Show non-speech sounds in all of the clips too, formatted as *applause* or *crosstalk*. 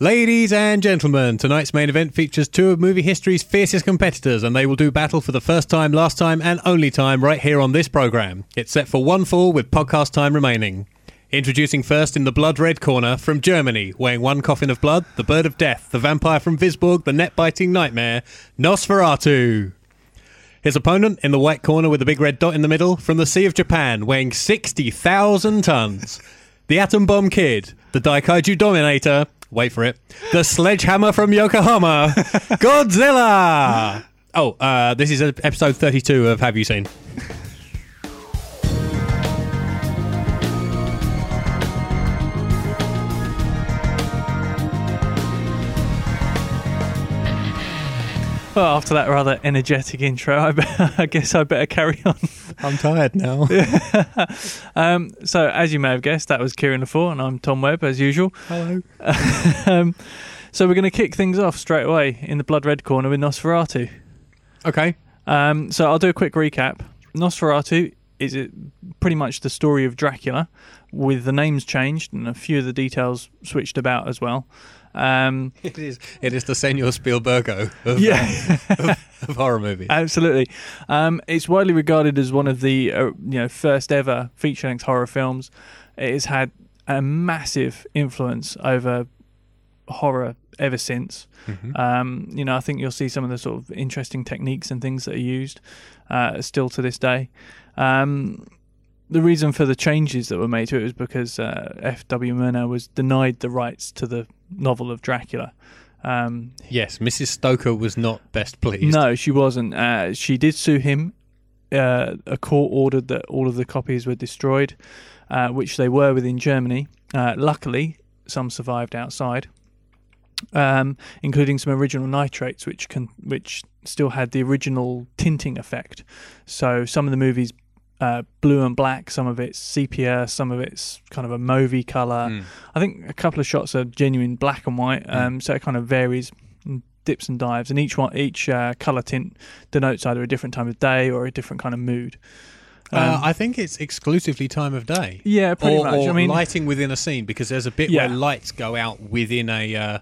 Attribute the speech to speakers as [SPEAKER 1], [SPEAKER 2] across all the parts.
[SPEAKER 1] Ladies and gentlemen, tonight's main event features two of movie history's fiercest competitors, and they will do battle for the first time, last time, and only time right here on this program. It's set for one fall with podcast time remaining. Introducing first in the blood red corner from Germany, weighing one coffin of blood, the bird of death, the vampire from Visborg, the net biting nightmare, Nosferatu. His opponent in the white corner with a big red dot in the middle from the Sea of Japan, weighing 60,000 tons. The Atom Bomb Kid, the Daikaiju Dominator, wait for it, the Sledgehammer from *laughs* Yokohama, Godzilla! Oh, uh, this is episode 32 of Have You Seen?
[SPEAKER 2] Well, after that rather energetic intro, I, be- *laughs* I guess I better carry on.
[SPEAKER 1] I'm tired *laughs* now.
[SPEAKER 2] Um, so, as you may have guessed, that was Kieran Lafour, and I'm Tom Webb, as usual.
[SPEAKER 1] Hello.
[SPEAKER 2] Um, so, we're going to kick things off straight away in the blood red corner with Nosferatu.
[SPEAKER 1] Okay.
[SPEAKER 2] Um, so, I'll do a quick recap. Nosferatu is it pretty much the story of Dracula, with the names changed and a few of the details switched about as well. Um,
[SPEAKER 1] It is, it is the Senor Spielbergo of, uh, of horror movies.
[SPEAKER 2] Absolutely. Um, it's widely regarded as one of the uh, you know first ever feature length horror films. It has had a massive influence over horror ever since. Um, you know, I think you'll see some of the sort of interesting techniques and things that are used uh, still to this day. Um, the reason for the changes that were made to it was because uh, F.W. Murnau was denied the rights to the novel of Dracula. Um,
[SPEAKER 1] Yes, Mrs. Stoker was not best pleased.
[SPEAKER 2] no, she wasn't. Uh, she did sue him. Uh, a court ordered that all of the copies were destroyed, uh, which they were within Germany. Uh, luckily, some survived outside, um, including some original nitrates, which can which still had the original tinting effect. So some of the movies. Uh, blue and black, some of it's sepia, some of it's kind of a mauvey colour. I think a couple of shots are genuine black and white,
[SPEAKER 1] Mm.
[SPEAKER 2] um, so it kind of varies, and dips and dives, and each one, each uh, color tint denotes either a different time of day or a different kind of mood.
[SPEAKER 1] Uh, I think it's exclusively time of day.
[SPEAKER 2] Yeah, pretty
[SPEAKER 1] or,
[SPEAKER 2] much.
[SPEAKER 1] or
[SPEAKER 2] I mean,
[SPEAKER 1] lighting within a scene because there's a bit
[SPEAKER 2] Yeah.
[SPEAKER 1] where lights go out within a uh,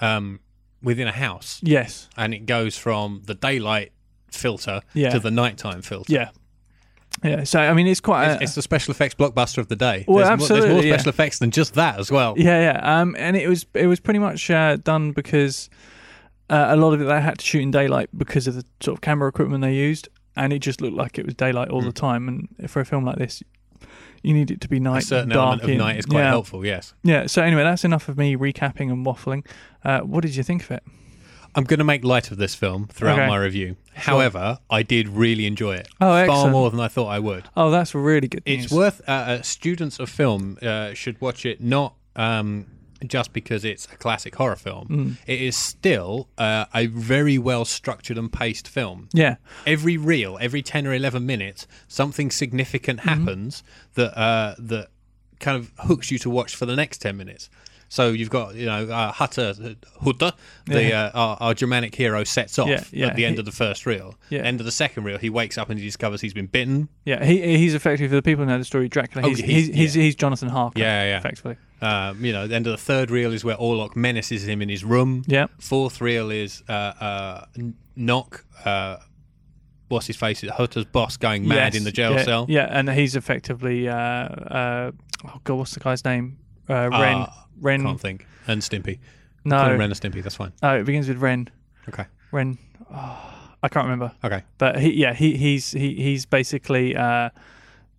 [SPEAKER 1] um, within a house,
[SPEAKER 2] yes,
[SPEAKER 1] and it goes from the daylight filter
[SPEAKER 2] Yeah.
[SPEAKER 1] to the nighttime filter.
[SPEAKER 2] yeah, yeah. So I mean, it's quite.
[SPEAKER 1] It's,
[SPEAKER 2] a-
[SPEAKER 1] it's the special effects blockbuster of the day.
[SPEAKER 2] Well,
[SPEAKER 1] there's, More, there's
[SPEAKER 2] absolutely,
[SPEAKER 1] more
[SPEAKER 2] yeah.
[SPEAKER 1] special effects than just that as well.
[SPEAKER 2] Yeah, yeah. Um, and it was it was pretty much uh, done because uh, a lot of it they had to shoot in daylight because of the sort of camera equipment they used, and it just looked like it was daylight all the time. And for a film like this, you need it to be night,
[SPEAKER 1] Mm. A certain
[SPEAKER 2] dark
[SPEAKER 1] element of
[SPEAKER 2] in.
[SPEAKER 1] night is quite
[SPEAKER 2] yeah.
[SPEAKER 1] helpful. Yes,
[SPEAKER 2] Yeah. So anyway, that's enough of me recapping and waffling. Uh, what did you think of it?
[SPEAKER 1] I'm going to make light of this film throughout
[SPEAKER 2] Okay.
[SPEAKER 1] my review. However, I did really enjoy it
[SPEAKER 2] Oh,
[SPEAKER 1] far
[SPEAKER 2] excellent.
[SPEAKER 1] more than I thought I would.
[SPEAKER 2] Oh, that's really good.
[SPEAKER 1] It's
[SPEAKER 2] news.
[SPEAKER 1] worth uh, uh, students of film uh, should watch it not um, just because it's a classic horror film.
[SPEAKER 2] Mm.
[SPEAKER 1] It is still uh, a very well structured and paced film.
[SPEAKER 2] Yeah,
[SPEAKER 1] Every reel, every ten or eleven minutes, something significant
[SPEAKER 2] Mm-hmm.
[SPEAKER 1] happens that uh, that kind of hooks you to watch for the next ten minutes. So you've got you know uh, Hutter Hutter, the uh, our, our Germanic hero sets off
[SPEAKER 2] Yeah, yeah.
[SPEAKER 1] at the end
[SPEAKER 2] He-
[SPEAKER 1] of the first reel.
[SPEAKER 2] Yeah.
[SPEAKER 1] End of the second reel, he wakes up and he discovers he's been bitten.
[SPEAKER 2] yeah. He he's effectively for the people who know the story. Dracula.
[SPEAKER 1] Oh,
[SPEAKER 2] He's
[SPEAKER 1] he's-
[SPEAKER 2] he's, he's, he's Jonathan Harker.
[SPEAKER 1] Yeah, yeah.
[SPEAKER 2] Effectively.
[SPEAKER 1] Um, you know, the end of the third reel is where Orlok menaces him in his room.
[SPEAKER 2] Yeah.
[SPEAKER 1] Fourth reel is uh, uh, N- Knock. Uh, what's his face? Hutter's boss going mad
[SPEAKER 2] Yes,
[SPEAKER 1] in the jail
[SPEAKER 2] yeah,
[SPEAKER 1] cell.
[SPEAKER 2] Yeah, and he's effectively. Uh, uh, oh God, what's the guy's name? Uh, Ren.
[SPEAKER 1] Ah,
[SPEAKER 2] Ren.
[SPEAKER 1] Can't think. And Stimpy. Call him
[SPEAKER 2] no,
[SPEAKER 1] Ren and Stimpy. That's fine.
[SPEAKER 2] no, it begins with Ren.
[SPEAKER 1] Okay.
[SPEAKER 2] Ren. Oh, I can't remember.
[SPEAKER 1] Okay.
[SPEAKER 2] But he, yeah, he, he's he, he's basically uh,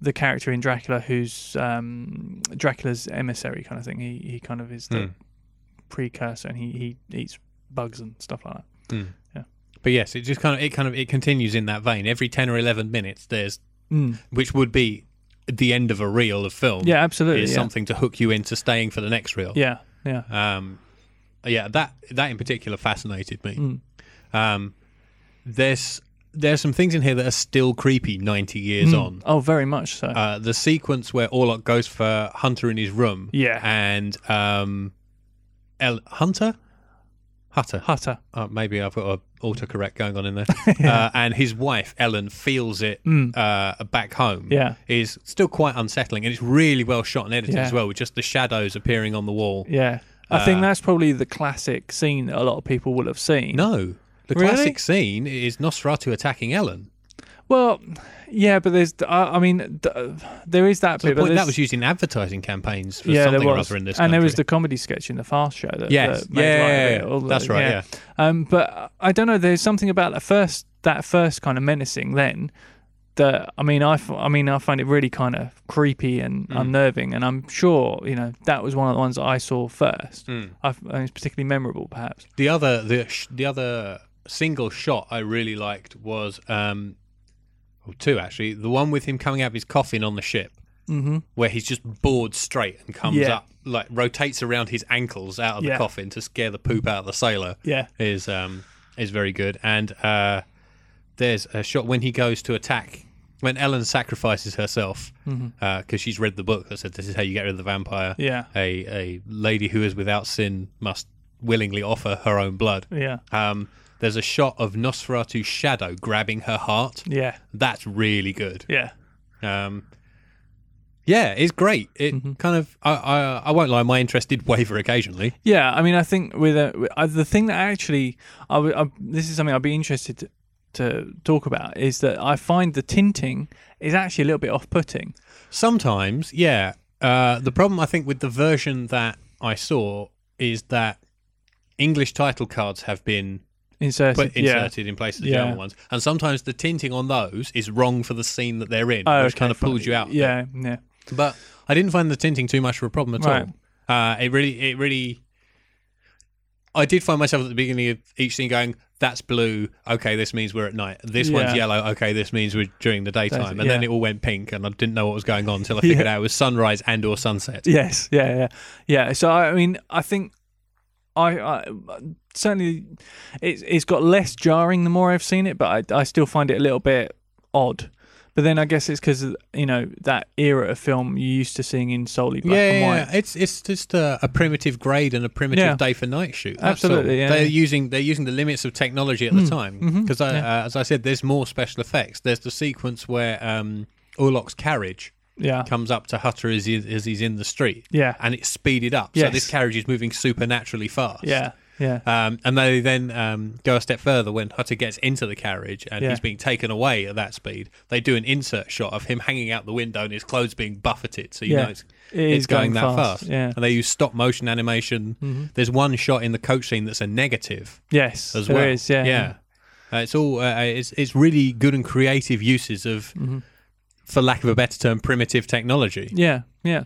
[SPEAKER 2] the character in Dracula who's um, Dracula's emissary kind of thing. He he kind of is the
[SPEAKER 1] Hmm.
[SPEAKER 2] precursor, and he, he eats bugs and stuff like that.
[SPEAKER 1] But yes, it just kind of it kind of it continues in that vein. Every ten or eleven minutes, there's which would be the end of a reel of film.
[SPEAKER 2] Yeah, absolutely.
[SPEAKER 1] is
[SPEAKER 2] yeah.
[SPEAKER 1] something to hook you into staying for the next reel.
[SPEAKER 2] yeah, yeah,
[SPEAKER 1] Um, yeah, that that in particular fascinated me.
[SPEAKER 2] Hmm.
[SPEAKER 1] Um, there's there's some things in here that are still creepy ninety years on.
[SPEAKER 2] Oh, very much so.
[SPEAKER 1] Um, Uh, the sequence where Orlok goes for Hunter in his room,
[SPEAKER 2] Yeah.
[SPEAKER 1] and um, El- Hunter, Hutter,
[SPEAKER 2] Hutter.
[SPEAKER 1] uh, maybe I've got a autocorrect going on in
[SPEAKER 2] *laughs*
[SPEAKER 1] there. uh, and his wife Ellen feels it uh, back home.
[SPEAKER 2] Hmm. Yeah.
[SPEAKER 1] is still quite unsettling, and it's really well shot and edited
[SPEAKER 2] Yeah.
[SPEAKER 1] as well, with just the shadows appearing on the wall.
[SPEAKER 2] Yeah. I
[SPEAKER 1] uh,
[SPEAKER 2] think that's probably the classic scene that a lot of people will have seen.
[SPEAKER 1] No. The
[SPEAKER 2] Really?
[SPEAKER 1] classic scene is Nosferatu attacking Ellen.
[SPEAKER 2] Well, yeah, but there's. I, I mean, th- there is that
[SPEAKER 1] To the
[SPEAKER 2] bit. But
[SPEAKER 1] point that
[SPEAKER 2] there's-
[SPEAKER 1] was used in advertising campaigns for
[SPEAKER 2] yeah, there
[SPEAKER 1] something or
[SPEAKER 2] was,
[SPEAKER 1] other in this
[SPEAKER 2] and there was the
[SPEAKER 1] country.
[SPEAKER 2] comedy sketch in the Fast Show that.
[SPEAKER 1] Yes.
[SPEAKER 2] that made
[SPEAKER 1] Yeah,
[SPEAKER 2] light of
[SPEAKER 1] yeah,
[SPEAKER 2] it,
[SPEAKER 1] yeah.
[SPEAKER 2] all the-
[SPEAKER 1] That's right,
[SPEAKER 2] uh, Um, but I don't know. There's something about that first that first kind of menacing then. That I mean, I, f- I mean, I find it really kind of creepy and
[SPEAKER 1] Mm.
[SPEAKER 2] unnerving, and I'm sure you know that was one of the ones that I saw first.
[SPEAKER 1] Mm.
[SPEAKER 2] I f- and it's particularly memorable, perhaps.
[SPEAKER 1] the other the sh- the other single shot I really liked was um well, two actually. The one with him coming out of his coffin on the ship. Mm-hmm. Where he's just bored straight and comes
[SPEAKER 2] Yeah.
[SPEAKER 1] up, like rotates around his ankles out of the
[SPEAKER 2] Yeah.
[SPEAKER 1] coffin to scare the poop out of the sailor.
[SPEAKER 2] Yeah,
[SPEAKER 1] is um is very good. And uh, there's a shot when he goes to attack when Ellen sacrifices herself because she's read the book that said this is how you get rid of the vampire.
[SPEAKER 2] Mm-hmm. yeah,
[SPEAKER 1] A a lady who is without sin must willingly offer her own blood.
[SPEAKER 2] yeah,
[SPEAKER 1] Um, there's a shot of Nosferatu's shadow grabbing her heart.
[SPEAKER 2] yeah,
[SPEAKER 1] That's really good.
[SPEAKER 2] yeah.
[SPEAKER 1] Um, yeah, it's great. It
[SPEAKER 2] Mm-hmm.
[SPEAKER 1] kind of I, I I won't lie, my interest did waver occasionally.
[SPEAKER 2] Yeah, I mean, I think with, uh, with uh, the thing that actually, I would- I- this is something I'd be interested to, to talk about is that I find the tinting is actually a little bit off-putting.
[SPEAKER 1] Sometimes, yeah. Uh, the problem I think with the version that I saw is that English title cards have been
[SPEAKER 2] Inserted,
[SPEAKER 1] put inserted in place of the
[SPEAKER 2] Yeah.
[SPEAKER 1] German ones, and sometimes the tinting on those is wrong for the scene that they're in,
[SPEAKER 2] yeah. Oh,
[SPEAKER 1] which
[SPEAKER 2] okay,
[SPEAKER 1] kind of
[SPEAKER 2] fine.
[SPEAKER 1] pulls you out. of it.
[SPEAKER 2] Yeah, yeah,
[SPEAKER 1] but I didn't find the tinting too much of a problem at
[SPEAKER 2] Right.
[SPEAKER 1] all. Uh, it really, it really. I did find myself at the beginning of each scene going, "That's blue. Okay, this means we're at night. This one's
[SPEAKER 2] Yeah.
[SPEAKER 1] yellow. Okay, this means we're during the daytime." And then
[SPEAKER 2] yeah.
[SPEAKER 1] it all went pink, and I didn't know what was going on
[SPEAKER 2] *laughs*
[SPEAKER 1] until I figured out it was sunrise and or sunset.
[SPEAKER 2] yes, yeah, yeah, yeah. So I mean, I think I, I certainly it's it's got less jarring the more I've seen it, but I I still find it a little bit odd. But then I guess it's because you know that era of film you're used to seeing in solely black
[SPEAKER 1] yeah,
[SPEAKER 2] and
[SPEAKER 1] yeah,
[SPEAKER 2] white.
[SPEAKER 1] yeah. it's it's just a, a primitive grade and a primitive
[SPEAKER 2] Yeah.
[SPEAKER 1] day for night shoot. That's
[SPEAKER 2] Absolutely,
[SPEAKER 1] all.
[SPEAKER 2] yeah,
[SPEAKER 1] they're
[SPEAKER 2] yeah. Hmm. Mm-hmm.
[SPEAKER 1] using they're using the limits of technology at the time because, uh, as I said, there's more special effects. There's the sequence where um, Orlok's carriage
[SPEAKER 2] Yeah.
[SPEAKER 1] comes up to Hutter as, he, as he's in the street,
[SPEAKER 2] Yeah.
[SPEAKER 1] and it's speeded up. So
[SPEAKER 2] Yes.
[SPEAKER 1] this carriage is moving supernaturally fast.
[SPEAKER 2] Yeah. Yeah.
[SPEAKER 1] Um, and they then um, go a step further when Hutter gets into the carriage and
[SPEAKER 2] Yeah.
[SPEAKER 1] he's being taken away at that speed. They do an insert shot of him hanging out the window and his clothes being buffeted, so you
[SPEAKER 2] Yeah.
[SPEAKER 1] know it's,
[SPEAKER 2] It
[SPEAKER 1] it's
[SPEAKER 2] is
[SPEAKER 1] going,
[SPEAKER 2] going
[SPEAKER 1] that fast.
[SPEAKER 2] fast, yeah. Mm-hmm.
[SPEAKER 1] And they use stop motion animation. There's one shot in the coach scene that's a negative
[SPEAKER 2] yes.
[SPEAKER 1] as
[SPEAKER 2] there
[SPEAKER 1] well.
[SPEAKER 2] is, Yeah.
[SPEAKER 1] Uh, it's all uh, it's it's really good and creative uses of,
[SPEAKER 2] Mm-hmm.
[SPEAKER 1] for lack of a better term, primitive technology.
[SPEAKER 2] Yeah. Yeah.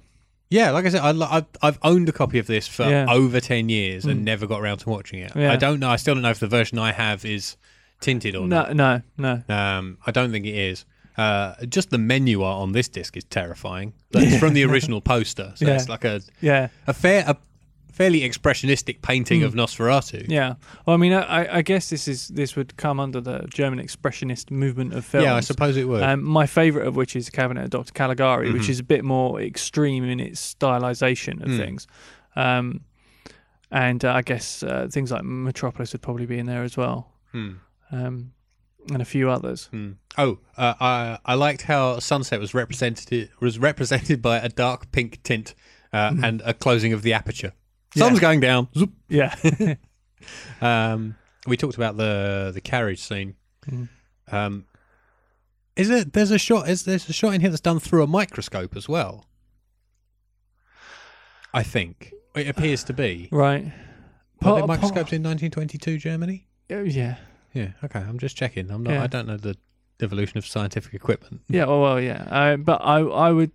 [SPEAKER 1] Yeah, like I said, I, lo- I've, I've owned a copy of this for
[SPEAKER 2] Yeah. Hmm.
[SPEAKER 1] over 10 years and never got around to watching it.
[SPEAKER 2] Yeah.
[SPEAKER 1] I don't know. I still don't know if the version I have is tinted or
[SPEAKER 2] No. No. No.
[SPEAKER 1] not. Um, I don't think it is. Uh, just the menu art on this disc is terrifying. It's
[SPEAKER 2] *laughs*
[SPEAKER 1] from the original poster. So
[SPEAKER 2] Yeah.
[SPEAKER 1] it's like a,
[SPEAKER 2] Yeah.
[SPEAKER 1] a, fair, a fairly expressionistic painting
[SPEAKER 2] Hmm.
[SPEAKER 1] of Nosferatu.
[SPEAKER 2] Yeah. Well, I mean, I, I- I guess this is this would come under the German expressionist movement of film.
[SPEAKER 1] Yeah, I suppose it would.
[SPEAKER 2] Um, my favourite of which is Cabinet of Dr. Caligari,
[SPEAKER 1] Mm-hmm.
[SPEAKER 2] which is a bit more extreme in its stylisation
[SPEAKER 1] Mm.
[SPEAKER 2] of things. Um, and uh, I guess uh, things like Metropolis would probably be in there as well.
[SPEAKER 1] Hmm.
[SPEAKER 2] Um, and a few others.
[SPEAKER 1] oh, uh, I, I liked how sunset was represented was represented by a dark pink tint uh,
[SPEAKER 2] Hmm.
[SPEAKER 1] and a closing of the aperture. Sun's going down. Zoop.
[SPEAKER 2] Yeah. *laughs*
[SPEAKER 1] Um, we talked about the the carriage scene.
[SPEAKER 2] Hmm.
[SPEAKER 1] Um, is it? There's a shot. Is there's a shot in here that's done through a microscope as well? I think it appears to be.
[SPEAKER 2] right.
[SPEAKER 1] Were
[SPEAKER 2] Part-
[SPEAKER 1] there
[SPEAKER 2] part-
[SPEAKER 1] microscopes in 1922 Germany?
[SPEAKER 2] Oh, Yeah.
[SPEAKER 1] Yeah. Okay. I'm just checking. I'm not.
[SPEAKER 2] Yeah.
[SPEAKER 1] I don't know the evolution of scientific equipment.
[SPEAKER 2] Yeah, well, well yeah. Uh, but I, I would,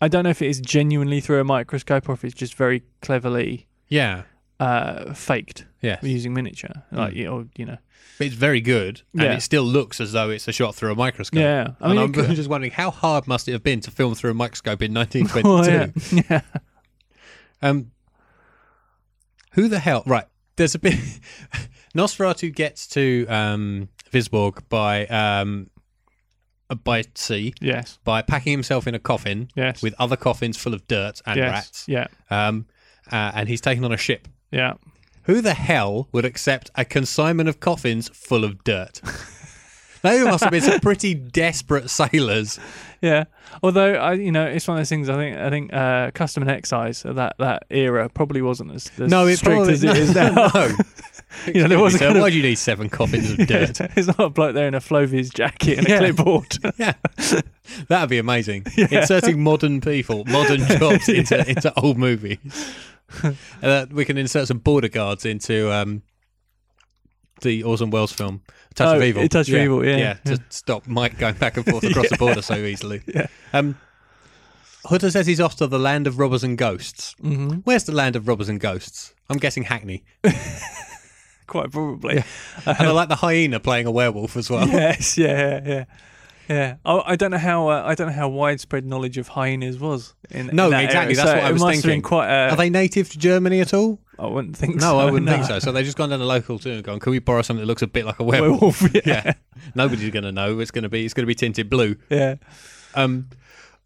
[SPEAKER 2] I don't know if it is genuinely through a microscope or if it's just very cleverly
[SPEAKER 1] Yeah.
[SPEAKER 2] uh, faked
[SPEAKER 1] Yes. Mm.
[SPEAKER 2] using miniature, like you or you know.
[SPEAKER 1] It's very good, and
[SPEAKER 2] Yeah.
[SPEAKER 1] it still looks as though it's a shot through a microscope.
[SPEAKER 2] Yeah, I mean,
[SPEAKER 1] and *laughs*
[SPEAKER 2] it
[SPEAKER 1] I'm
[SPEAKER 2] could-
[SPEAKER 1] just wondering how hard must it have been to film through a microscope
[SPEAKER 2] *laughs*
[SPEAKER 1] in 1922?
[SPEAKER 2] Well, yeah, *laughs* yeah,
[SPEAKER 1] Um, who the hell? Right, there's a bit. *laughs* Nosferatu gets to um, Visborg by um, uh, by sea
[SPEAKER 2] yes,
[SPEAKER 1] by packing himself in a coffin
[SPEAKER 2] Yes.
[SPEAKER 1] with other coffins full of dirt and
[SPEAKER 2] yes,
[SPEAKER 1] rats,
[SPEAKER 2] yeah,
[SPEAKER 1] um, uh, and he's taken on a ship.
[SPEAKER 2] yeah. *laughs*
[SPEAKER 1] Who the hell would accept a consignment of coffins full of dirt? They must have been some pretty desperate sailors.
[SPEAKER 2] Yeah. Although I, you know, it's one of those things. I think I think uh, custom and excise at that that era probably wasn't as, as
[SPEAKER 1] No, it
[SPEAKER 2] strict
[SPEAKER 1] probably-
[SPEAKER 2] as it
[SPEAKER 1] *laughs*
[SPEAKER 2] is
[SPEAKER 1] no,
[SPEAKER 2] now. *laughs*
[SPEAKER 1] no.
[SPEAKER 2] you know, there
[SPEAKER 1] Why
[SPEAKER 2] wasn't kind
[SPEAKER 1] do
[SPEAKER 2] of,
[SPEAKER 1] you need seven coffins of dirt?
[SPEAKER 2] *laughs* it's not a bloke there in a Flovies jacket and a
[SPEAKER 1] Yeah.
[SPEAKER 2] clipboard. *laughs*
[SPEAKER 1] yeah, *laughs* that'd be amazing. Inserting modern people, modern
[SPEAKER 2] *laughs*
[SPEAKER 1] jobs into into old movies. Uh, we can insert some border guards into um, the Orson Welles film Touch
[SPEAKER 2] Oh,
[SPEAKER 1] of Evil.
[SPEAKER 2] it- Touch of Evil, yeah,
[SPEAKER 1] to stop Mike going back and forth across the border so easily.
[SPEAKER 2] *laughs* Yeah.
[SPEAKER 1] Um, Hutter says he's off to the land of robbers and ghosts.
[SPEAKER 2] hmm
[SPEAKER 1] Where's the land of robbers and ghosts? I'm guessing Hackney.
[SPEAKER 2] Quite probably.
[SPEAKER 1] And I like the hyena playing a werewolf as well.
[SPEAKER 2] Yes. Uh, Yeah. Yeah. yeah. Yeah, oh, I don't know how uh, I don't know how widespread knowledge of hyenas was in
[SPEAKER 1] No,
[SPEAKER 2] in that
[SPEAKER 1] exactly,
[SPEAKER 2] era,
[SPEAKER 1] that's
[SPEAKER 2] so
[SPEAKER 1] what I
[SPEAKER 2] it
[SPEAKER 1] was
[SPEAKER 2] must Have
[SPEAKER 1] thinking.
[SPEAKER 2] been quite a,
[SPEAKER 1] Are they native to Germany at all?
[SPEAKER 2] I wouldn't think so.
[SPEAKER 1] No, I
[SPEAKER 2] *laughs*
[SPEAKER 1] wouldn't think so. So they've just gone down the local too and gone, "Can we borrow something that looks a bit like a werewolf?"
[SPEAKER 2] Werewolf, yeah.
[SPEAKER 1] *laughs* yeah, nobody's going to know. It's going to be it's going to be tinted blue.
[SPEAKER 2] yeah.
[SPEAKER 1] Um,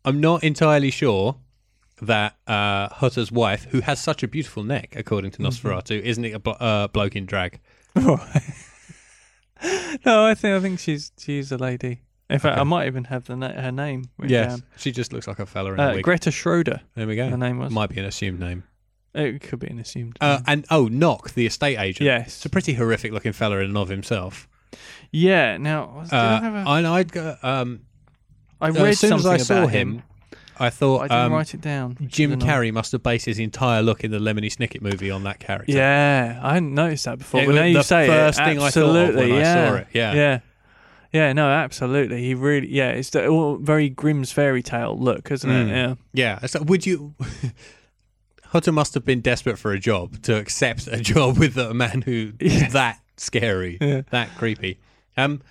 [SPEAKER 1] I'm not entirely sure that uh, Hutter's wife, who has such a beautiful neck, according to
[SPEAKER 2] Mm-hmm.
[SPEAKER 1] Nosferatu, isn't it a blo- uh, bloke in drag?
[SPEAKER 2] No, I think I think she's she's a lady. In fact, I might even have the na- her name. written down.
[SPEAKER 1] she just looks like a fella in a
[SPEAKER 2] uh,
[SPEAKER 1] wig.
[SPEAKER 2] Greta Schroeder.
[SPEAKER 1] there we go.
[SPEAKER 2] Her name was.
[SPEAKER 1] Might be an assumed name.
[SPEAKER 2] It could be an assumed.
[SPEAKER 1] Uh,
[SPEAKER 2] name.
[SPEAKER 1] and oh, Knock, the estate agent.
[SPEAKER 2] yes.
[SPEAKER 1] It's a pretty horrific looking fella in and of himself.
[SPEAKER 2] Yeah. Now, was, did I, have
[SPEAKER 1] Uh,
[SPEAKER 2] a,
[SPEAKER 1] and I'd go, um,
[SPEAKER 2] I
[SPEAKER 1] uh,
[SPEAKER 2] read
[SPEAKER 1] as soon as
[SPEAKER 2] something
[SPEAKER 1] I saw
[SPEAKER 2] about
[SPEAKER 1] him,
[SPEAKER 2] him.
[SPEAKER 1] I
[SPEAKER 2] but I
[SPEAKER 1] thought
[SPEAKER 2] didn't
[SPEAKER 1] um,
[SPEAKER 2] write it down. which is
[SPEAKER 1] Jim
[SPEAKER 2] annoying.
[SPEAKER 1] Carrey must have based his entire look in the Lemony Snicket movie on that character.
[SPEAKER 2] Yeah, I hadn't noticed that before.
[SPEAKER 1] It
[SPEAKER 2] but
[SPEAKER 1] was
[SPEAKER 2] now you
[SPEAKER 1] the
[SPEAKER 2] say
[SPEAKER 1] first
[SPEAKER 2] it,
[SPEAKER 1] thing I thought of when
[SPEAKER 2] absolutely,
[SPEAKER 1] I
[SPEAKER 2] yeah,
[SPEAKER 1] saw it, yeah.
[SPEAKER 2] yeah, yeah. No, absolutely. He really, yeah. It's the all very Grimm's fairy tale look, isn't
[SPEAKER 1] Mm.
[SPEAKER 2] it? Yeah.
[SPEAKER 1] Yeah. It's like, would you? *laughs* Hutter must have been desperate for a job to accept a job *laughs* with a man who is
[SPEAKER 2] Yeah.
[SPEAKER 1] that scary,
[SPEAKER 2] Yeah.
[SPEAKER 1] that creepy. Um,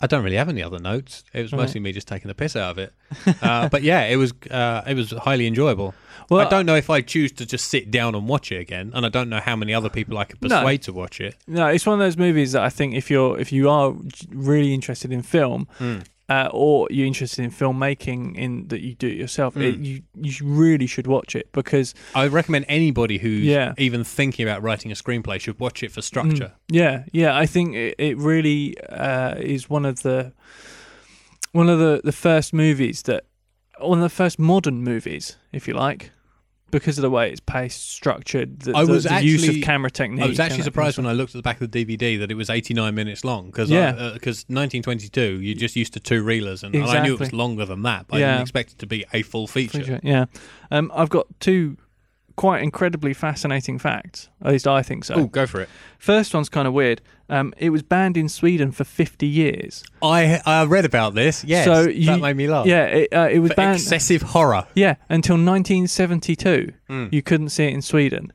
[SPEAKER 1] I don't really have any other notes. It was
[SPEAKER 2] Right.
[SPEAKER 1] mostly me just taking the piss out of
[SPEAKER 2] *laughs*
[SPEAKER 1] it. Uh, but yeah, it was uh, it was highly enjoyable.
[SPEAKER 2] Well,
[SPEAKER 1] I don't know if I choose to just sit down and watch it again, and I don't know how many other people I could
[SPEAKER 2] No.
[SPEAKER 1] persuade to watch it.
[SPEAKER 2] No, it's one of those movies that I think if you're if you are j- really interested in film,
[SPEAKER 1] Hmm.
[SPEAKER 2] uh, or you're interested in filmmaking in that you do it
[SPEAKER 1] Hmm.
[SPEAKER 2] yourself, it, you you sh- really should watch it because
[SPEAKER 1] I recommend anybody who's
[SPEAKER 2] Yeah. Mm.
[SPEAKER 1] even thinking about writing a screenplay should watch it for structure.
[SPEAKER 2] yeah yeah I think it, it really uh, is one of the one of the the first movies that one of the first modern movies if you like because of the way it's paced, structured, the,
[SPEAKER 1] I
[SPEAKER 2] the-
[SPEAKER 1] was
[SPEAKER 2] the use of
[SPEAKER 1] actually-
[SPEAKER 2] camera technique.
[SPEAKER 1] I was actually
[SPEAKER 2] and that kind of
[SPEAKER 1] surprised when I looked at the back of the DVD that it was 89 minutes long uh, because
[SPEAKER 2] Yeah.
[SPEAKER 1] because 1922 you just used to two reelers and, and I knew it was
[SPEAKER 2] Exactly.
[SPEAKER 1] longer than that, but I
[SPEAKER 2] Yeah.
[SPEAKER 1] didn't expect it to be a full feature.
[SPEAKER 2] Appreciate- Yeah. Um, I've got two quite incredibly fascinating facts. At least I think so.
[SPEAKER 1] Oh, go for it!
[SPEAKER 2] First one's kind of weird. Um, it was banned in Sweden for 50 years.
[SPEAKER 1] I I read about this. Yes,
[SPEAKER 2] so you,
[SPEAKER 1] that made me laugh.
[SPEAKER 2] Yeah, it, uh, it was
[SPEAKER 1] Oh. For
[SPEAKER 2] banned.
[SPEAKER 1] excessive horror.
[SPEAKER 2] yeah, until 1972,
[SPEAKER 1] Mm.
[SPEAKER 2] you couldn't see it in Sweden.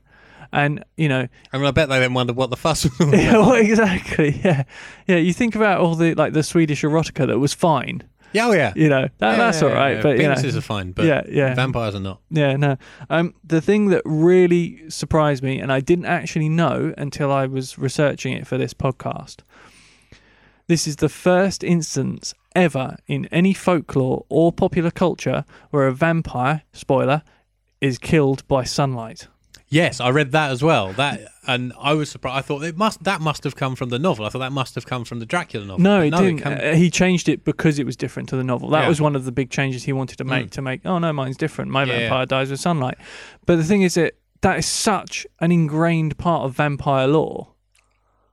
[SPEAKER 2] And you
[SPEAKER 1] *laughs*
[SPEAKER 2] know, *laughs*
[SPEAKER 1] I mean, I bet they then wondered what the fuss was. all
[SPEAKER 2] yeah,
[SPEAKER 1] about.
[SPEAKER 2] well, exactly, yeah, yeah. You think about all the like the Swedish erotica that was fine,
[SPEAKER 1] yeah, oh yeah.
[SPEAKER 2] you know, that,
[SPEAKER 1] Yeah,
[SPEAKER 2] that's
[SPEAKER 1] yeah,
[SPEAKER 2] all right,
[SPEAKER 1] yeah.
[SPEAKER 2] but you know,
[SPEAKER 1] penises are fine, but
[SPEAKER 2] yeah, yeah,
[SPEAKER 1] vampires are not.
[SPEAKER 2] Yeah, no. Um, the thing that really surprised me, and I didn't actually know until I was researching it for this podcast, this is the first instance ever in any folklore or popular culture where a vampire, spoiler, is killed by sunlight.
[SPEAKER 1] Yes, I read that as well. That and I was surprised. I thought it must that must have come from the novel. I thought that must have come from the Dracula novel.
[SPEAKER 2] No,
[SPEAKER 1] But
[SPEAKER 2] it didn't.
[SPEAKER 1] come-
[SPEAKER 2] Uh, he changed it because it was different to the novel. That
[SPEAKER 1] Yeah. Mm.
[SPEAKER 2] was one of the big changes he wanted to make. To make, oh no, mine's different. My
[SPEAKER 1] Yeah, yeah.
[SPEAKER 2] vampire dies with sunlight. But the thing is that that is such an ingrained part of vampire lore.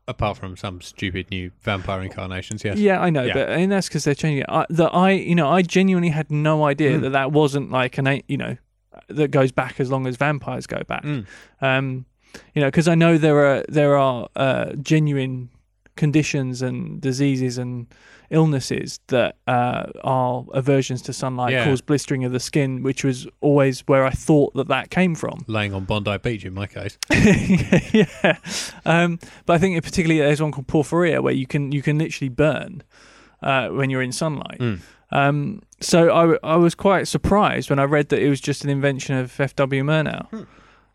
[SPEAKER 1] apart from some stupid new vampire incarnations. Yes.
[SPEAKER 2] Yeah, I know,
[SPEAKER 1] Yeah.
[SPEAKER 2] but and that's because they're changing it. I, that I, you know, I genuinely had no
[SPEAKER 1] Mm.
[SPEAKER 2] idea that that wasn't like an, eight- you know, that goes back as long as vampires go back.
[SPEAKER 1] Mm.
[SPEAKER 2] Um, you know, because I know there are there are uh, genuine conditions and diseases and illnesses that uh, are aversions to sunlight
[SPEAKER 1] Yeah.
[SPEAKER 2] cause blistering of the skin, which was always where I thought that that came from.
[SPEAKER 1] Laying on Bondi Beach, in my case.
[SPEAKER 2] *laughs* yeah, um, but I think it particularly there's one called porphyria where you can you can literally burn uh, when you're in sunlight.
[SPEAKER 1] Mm.
[SPEAKER 2] Um, so I, w- I was quite surprised when I read that it was just an invention of F.W. Murnau.
[SPEAKER 1] Hmm.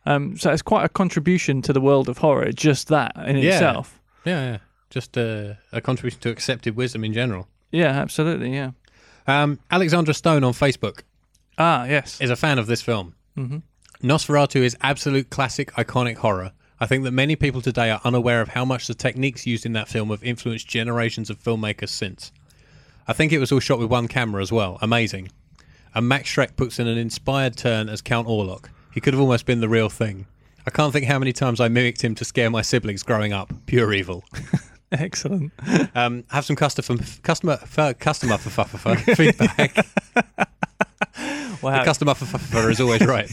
[SPEAKER 2] Um, so it's quite a contribution to the world of horror, just that in
[SPEAKER 1] Yeah.
[SPEAKER 2] itself.
[SPEAKER 1] Yeah, yeah. Just uh, a contribution to accepted wisdom in general.
[SPEAKER 2] Yeah, absolutely. Yeah.
[SPEAKER 1] Um, Alexandra Stone on Facebook
[SPEAKER 2] Ah, yes. *laughs*
[SPEAKER 1] is a fan of this film. Mm-hmm. Nosferatu is absolute classic, iconic horror. I think that many people today are unaware of how much the techniques used in that film have influenced generations of filmmakers since. I think it was all shot with one camera as well. Amazing. And Max Schreck puts in an inspired turn as Count Orlok. He could have almost been the real thing. I can't think how many times I mimicked him to scare my siblings growing up. Pure evil. *laughs*
[SPEAKER 2] Excellent.
[SPEAKER 1] Um, have some customer customer f- customer *laughs* f- f- f- f- feedback.
[SPEAKER 2] Wow.
[SPEAKER 1] customer f- f- f- is always right.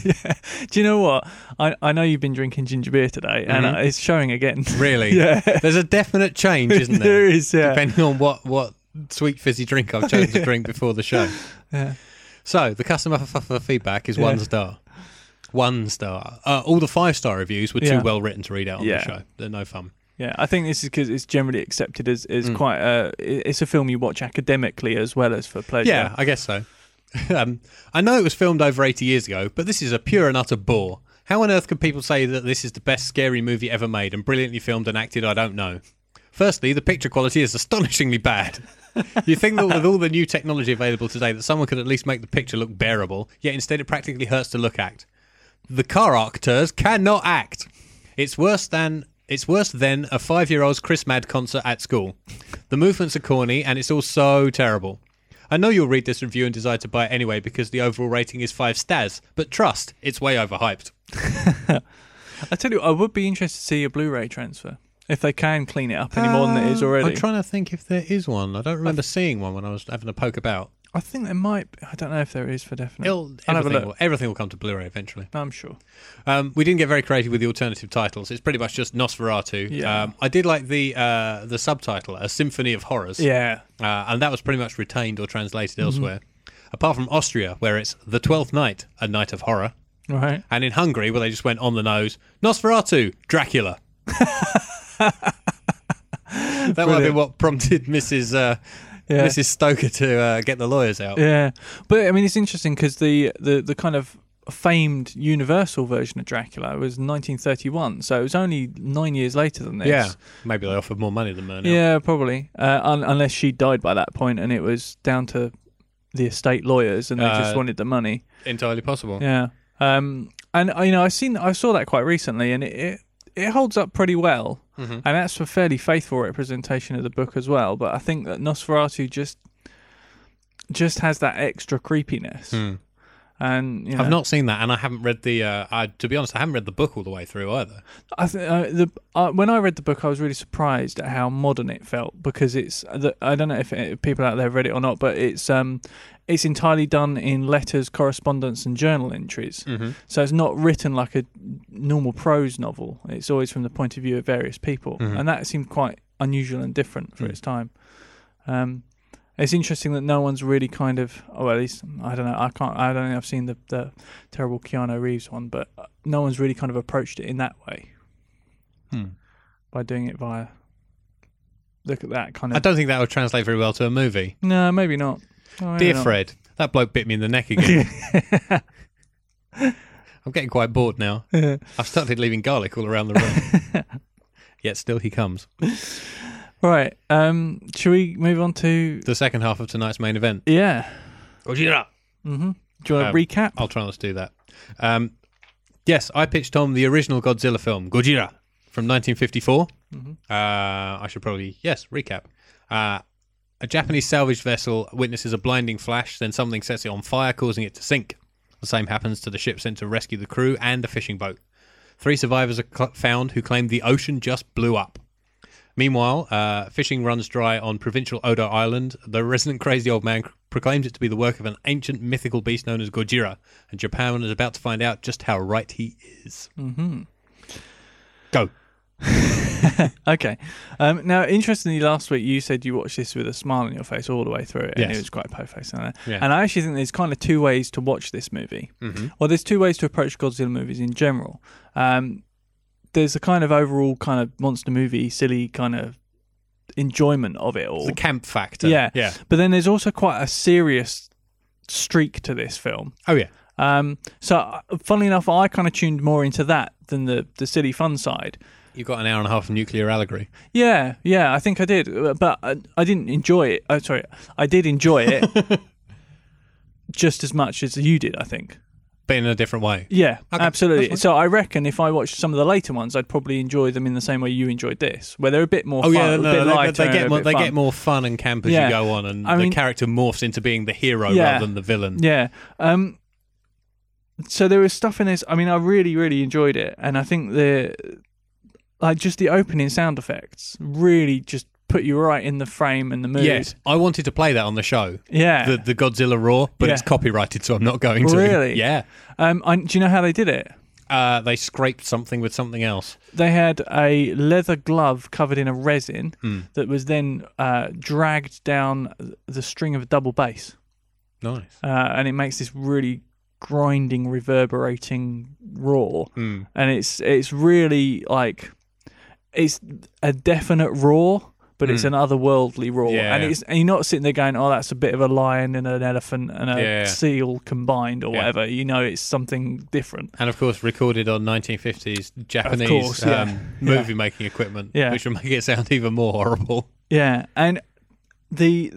[SPEAKER 2] Do you know what? I, I know you've been drinking ginger beer today, and
[SPEAKER 1] Mm-hmm.
[SPEAKER 2] uh, it's showing again. *laughs*
[SPEAKER 1] *laughs* Really?
[SPEAKER 2] Yeah.
[SPEAKER 1] There's a definite change, isn't there?
[SPEAKER 2] there is, yeah.
[SPEAKER 1] Depending on what what sweet fizzy drink I've chosen
[SPEAKER 2] *laughs*
[SPEAKER 1] to drink before the show.
[SPEAKER 2] Yeah.
[SPEAKER 1] So the customer f- f- f- feedback is one
[SPEAKER 2] Yeah.
[SPEAKER 1] star. One star. Uh, all the five star reviews were
[SPEAKER 2] Yeah.
[SPEAKER 1] too well written to read out on
[SPEAKER 2] Yeah.
[SPEAKER 1] the show. They're no fun.
[SPEAKER 2] Yeah, I think this is because it's generally accepted as, as quite a. It's a film you watch academically as well as for pleasure.
[SPEAKER 1] Yeah, I guess so. *laughs* um, I know it was filmed over 80 years ago, but this is a pure and utter bore. How on earth could people say that this is the best scary movie ever made and brilliantly filmed and acted? I don't know. Firstly, the picture quality is astonishingly bad. *laughs* You think that with all the new technology available today, that someone could at least make the picture look bearable? Yet instead, it practically hurts to look at. The car actors cannot act. It's worse than it's worse than a five-year-old's Chris Mad concert at school. The movements are corny, and it's all so terrible. I know you'll read this review and desire to buy it anyway because the overall rating is five stars. But trust, it's way overhyped.
[SPEAKER 2] I tell you, what, I would be interested to see a Blu-ray transfer if they can clean it up any more than it is already.
[SPEAKER 1] Um, I'm trying to think if there is one. I don't remember seeing one when I was having a poke about.
[SPEAKER 2] I think there might. Be, I don't know if there is for definite.
[SPEAKER 1] It'll,
[SPEAKER 2] I'll have a
[SPEAKER 1] everything,
[SPEAKER 2] look.
[SPEAKER 1] will, everything will come to Blu-ray eventually.
[SPEAKER 2] I'm sure.
[SPEAKER 1] Um, we didn't get very creative with the alternative titles. It's pretty much just Nosferatu.
[SPEAKER 2] Yeah.
[SPEAKER 1] Um, I did like the uh, the subtitle, A Symphony of Horrors.
[SPEAKER 2] Yeah.
[SPEAKER 1] Uh, and that was pretty much retained or translated
[SPEAKER 2] Mm-hmm.
[SPEAKER 1] elsewhere, apart from Austria, where it's The Twelfth Night, A Night of Horror.
[SPEAKER 2] Right.
[SPEAKER 1] And in Hungary, where they just went on the nose, Nosferatu, Dracula. *laughs* that might have been
[SPEAKER 2] Brilliant.
[SPEAKER 1] what prompted Mrs. Uh,
[SPEAKER 2] Yeah.
[SPEAKER 1] Mrs. Stoker to uh, get the lawyers out.
[SPEAKER 2] Yeah. But I mean, it's interesting because the, the the kind of famed Universal version of Dracula was 1931, so it was only nine years later than this.
[SPEAKER 1] Yeah. maybe they offered more money than Murnau.
[SPEAKER 2] Yeah, probably. Uh, un- unless she died by that point, and it was down to the estate lawyers, and they
[SPEAKER 1] Uh,
[SPEAKER 2] just wanted the money.
[SPEAKER 1] entirely possible.
[SPEAKER 2] Yeah. Um. And uh, you know, I've seen, I saw that quite recently, and it it, it holds up pretty well, and that's a fairly faithful representation of the book as well. But I think that Nosferatu just just has that extra creepiness, and you know,
[SPEAKER 1] I've not seen that, and I haven't read the. Uh, I, to be honest, I haven't read the book all the way through either.
[SPEAKER 2] I th- uh, the uh, when I read the book, I was really surprised at how modern it felt because it's. uh, The, I don't know if, if people out there have read it or not, but it's um, it's entirely done in letters, correspondence, and journal entries. So it's not written like a normal prose novel. It's always from the point of view of various people, and that seemed quite unusual and different for its time. Um, it's interesting that no one's really kind of, oh, at least I don't know. I can't. I don't think I've seen the, the terrible Keanu Reeves one, but uh, no one's really kind of approached it in that way by doing it via look at that kind
[SPEAKER 1] I
[SPEAKER 2] of
[SPEAKER 1] don't think that would translate very well to a movie.
[SPEAKER 2] no maybe not Oh, maybe
[SPEAKER 1] Dear
[SPEAKER 2] not.
[SPEAKER 1] Fred, that bloke bit me in the neck again. I'm getting quite bored now. I've started leaving garlic all around the room. Yet still he comes.
[SPEAKER 2] right um should we move on to
[SPEAKER 1] The second half of tonight's main event.
[SPEAKER 2] yeah
[SPEAKER 1] Gojira.
[SPEAKER 2] do you want to recap
[SPEAKER 1] I'll try not to do that. Um, yes, I pitched Tom the original Godzilla film, Gojira, from 1954. Uh, I should probably, yes, recap. Uh, a Japanese salvage vessel witnesses a blinding flash, then something sets it on fire, causing it to sink. The same happens to the ship sent to rescue the crew and a fishing boat. Three survivors are cl- found who claim the ocean just blew up. Meanwhile, uh, fishing runs dry on provincial Odo Island. The resident crazy old man cr- proclaims it to be the work of an ancient mythical beast known as Gojira, and Japan is about to find out just how right he is. Mm-hmm. Go.
[SPEAKER 2] okay um now interestingly last week you said you watched this with a smile on your face all the way through it and
[SPEAKER 1] Yes.
[SPEAKER 2] it was quite po-faced and,
[SPEAKER 1] Yeah. Mm-hmm.
[SPEAKER 2] and i actually think there's kind of two ways to watch this movie well there's two ways to approach godzilla movies in general um there's a kind of overall kind of monster movie silly kind of enjoyment of it all
[SPEAKER 1] The camp factor.
[SPEAKER 2] Yeah.
[SPEAKER 1] Yeah.
[SPEAKER 2] But then there's also quite a serious streak to this film.
[SPEAKER 1] Oh, yeah.
[SPEAKER 2] Um, so, uh, funnily enough, I kind of tuned more into that than the, the silly fun side.
[SPEAKER 1] You got an hour and a half of nuclear allegory.
[SPEAKER 2] Yeah, yeah, I think I did. uh, But I, I didn't enjoy it. Oh,
[SPEAKER 1] *laughs*
[SPEAKER 2] sorry. I did enjoy it just as much as you did, I think.
[SPEAKER 1] but in a different way.
[SPEAKER 2] Yeah,
[SPEAKER 1] Okay,
[SPEAKER 2] absolutely.
[SPEAKER 1] that's
[SPEAKER 2] So I reckon if I watched some of the later ones, I'd probably enjoy them in the same way you enjoyed this, where they're a bit more
[SPEAKER 1] Oh
[SPEAKER 2] fun,
[SPEAKER 1] yeah,
[SPEAKER 2] a
[SPEAKER 1] no,
[SPEAKER 2] bit
[SPEAKER 1] they-
[SPEAKER 2] lighter,
[SPEAKER 1] they,
[SPEAKER 2] and
[SPEAKER 1] get
[SPEAKER 2] a
[SPEAKER 1] more,
[SPEAKER 2] bit
[SPEAKER 1] they
[SPEAKER 2] fun.
[SPEAKER 1] get more fun and camp as
[SPEAKER 2] Yeah.
[SPEAKER 1] you go on, and
[SPEAKER 2] I mean-
[SPEAKER 1] the character morphs into being the hero
[SPEAKER 2] Yeah.
[SPEAKER 1] rather than the villain.
[SPEAKER 2] Yeah. Um so there was stuff in this I mean I really really enjoyed it and I think the like just the opening sound effects really just put you right in the frame and the mood.
[SPEAKER 1] Yes, I wanted to play that on the show,
[SPEAKER 2] Yeah.
[SPEAKER 1] the the Godzilla roar, but
[SPEAKER 2] Yeah.
[SPEAKER 1] it's copyrighted, so I'm not going to.
[SPEAKER 2] Really?
[SPEAKER 1] Yeah,
[SPEAKER 2] um I, do you know how they did it?
[SPEAKER 1] uh, they scraped something with something else.
[SPEAKER 2] They had a leather glove covered in a resin
[SPEAKER 1] Hmm.
[SPEAKER 2] that was then uh, dragged down the string of a double bass.
[SPEAKER 1] Nice.
[SPEAKER 2] uh, and it makes this really grinding, reverberating roar,
[SPEAKER 1] Hmm.
[SPEAKER 2] and it's it's really like it's a definite roar, but it's an otherworldly roar,
[SPEAKER 1] Hmm. Yeah.
[SPEAKER 2] and it's and you're not sitting there going, "Oh, that's a bit of a lion and an elephant and a
[SPEAKER 1] Yeah.
[SPEAKER 2] seal combined or
[SPEAKER 1] Yeah.
[SPEAKER 2] whatever." You know, it's something different.
[SPEAKER 1] And of course, recorded on 1950s Japanese
[SPEAKER 2] course, *laughs* yeah.
[SPEAKER 1] um, movie making equipment,
[SPEAKER 2] Yeah.
[SPEAKER 1] which would make it sound even more horrible.
[SPEAKER 2] Yeah, and the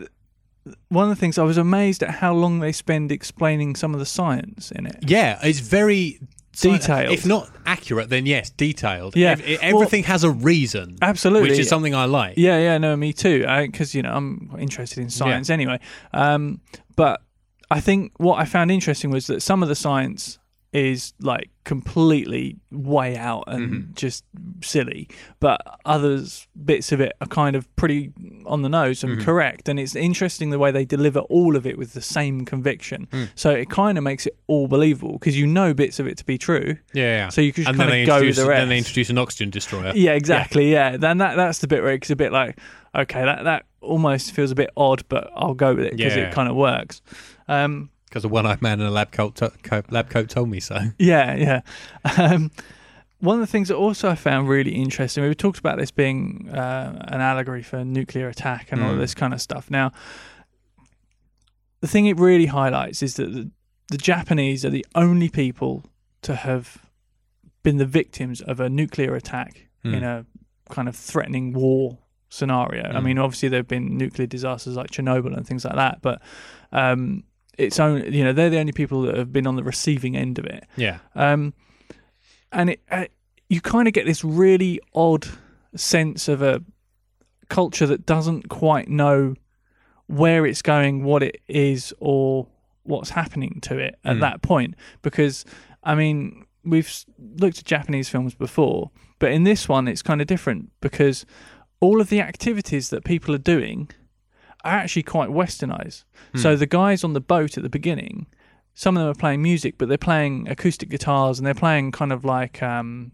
[SPEAKER 2] one of the things I was amazed at how long they spend explaining some of the science in it.
[SPEAKER 1] Yeah, it's very
[SPEAKER 2] Detailed.
[SPEAKER 1] If not accurate, then yes, detailed.
[SPEAKER 2] Yeah.
[SPEAKER 1] Ev- e- everything has a reason.
[SPEAKER 2] Absolutely.
[SPEAKER 1] which is something I like.
[SPEAKER 2] Yeah, yeah, no, me too. Because you know, I'm interested in science anyway. Um, but I think what I found interesting was that some of the science is like completely way out and just silly, but others bits of it are kind of pretty on the nose and correct. And it's interesting the way they deliver all of it with the same conviction. So it kind of makes it all believable because you know bits of it to be true.
[SPEAKER 1] Yeah, yeah.
[SPEAKER 2] So you could
[SPEAKER 1] and
[SPEAKER 2] kinda
[SPEAKER 1] then they
[SPEAKER 2] go
[SPEAKER 1] introduce,
[SPEAKER 2] the
[SPEAKER 1] Then they
[SPEAKER 2] rest.
[SPEAKER 1] introduce an oxygen destroyer.
[SPEAKER 2] *laughs* Yeah, exactly. Yeah. Then that that's the bit where it's a bit like, okay, that that almost feels a bit odd, but I'll go with it because
[SPEAKER 1] Yeah.
[SPEAKER 2] it kind of works. Um,
[SPEAKER 1] Because a one-eyed man in a lab coat, to- co- lab coat told me so.
[SPEAKER 2] *laughs* yeah, yeah. Um, one of the things that also I found really interesting, we talked about this being uh, an allegory for nuclear attack and all this kind of stuff. Now, the thing it really highlights is that the, the Japanese are the only people to have been the victims of a nuclear attack in a kind of threatening war scenario. I mean, obviously there have been nuclear disasters like Chernobyl and things like that, but um, it's only you know they're the only people that have been on the receiving end of it.
[SPEAKER 1] Yeah,
[SPEAKER 2] Um, and it, uh, you kind of get this really odd sense of a culture that doesn't quite know where it's going, what it is, or what's happening to it at that point. Because, I mean, we've s- looked at Japanese films before, but in this one, it's kind of different because all of the activities that people are doing are actually quite westernized. So the guys on the boat at the beginning, some of them are playing music, but they're playing acoustic guitars and they're playing kind of like um,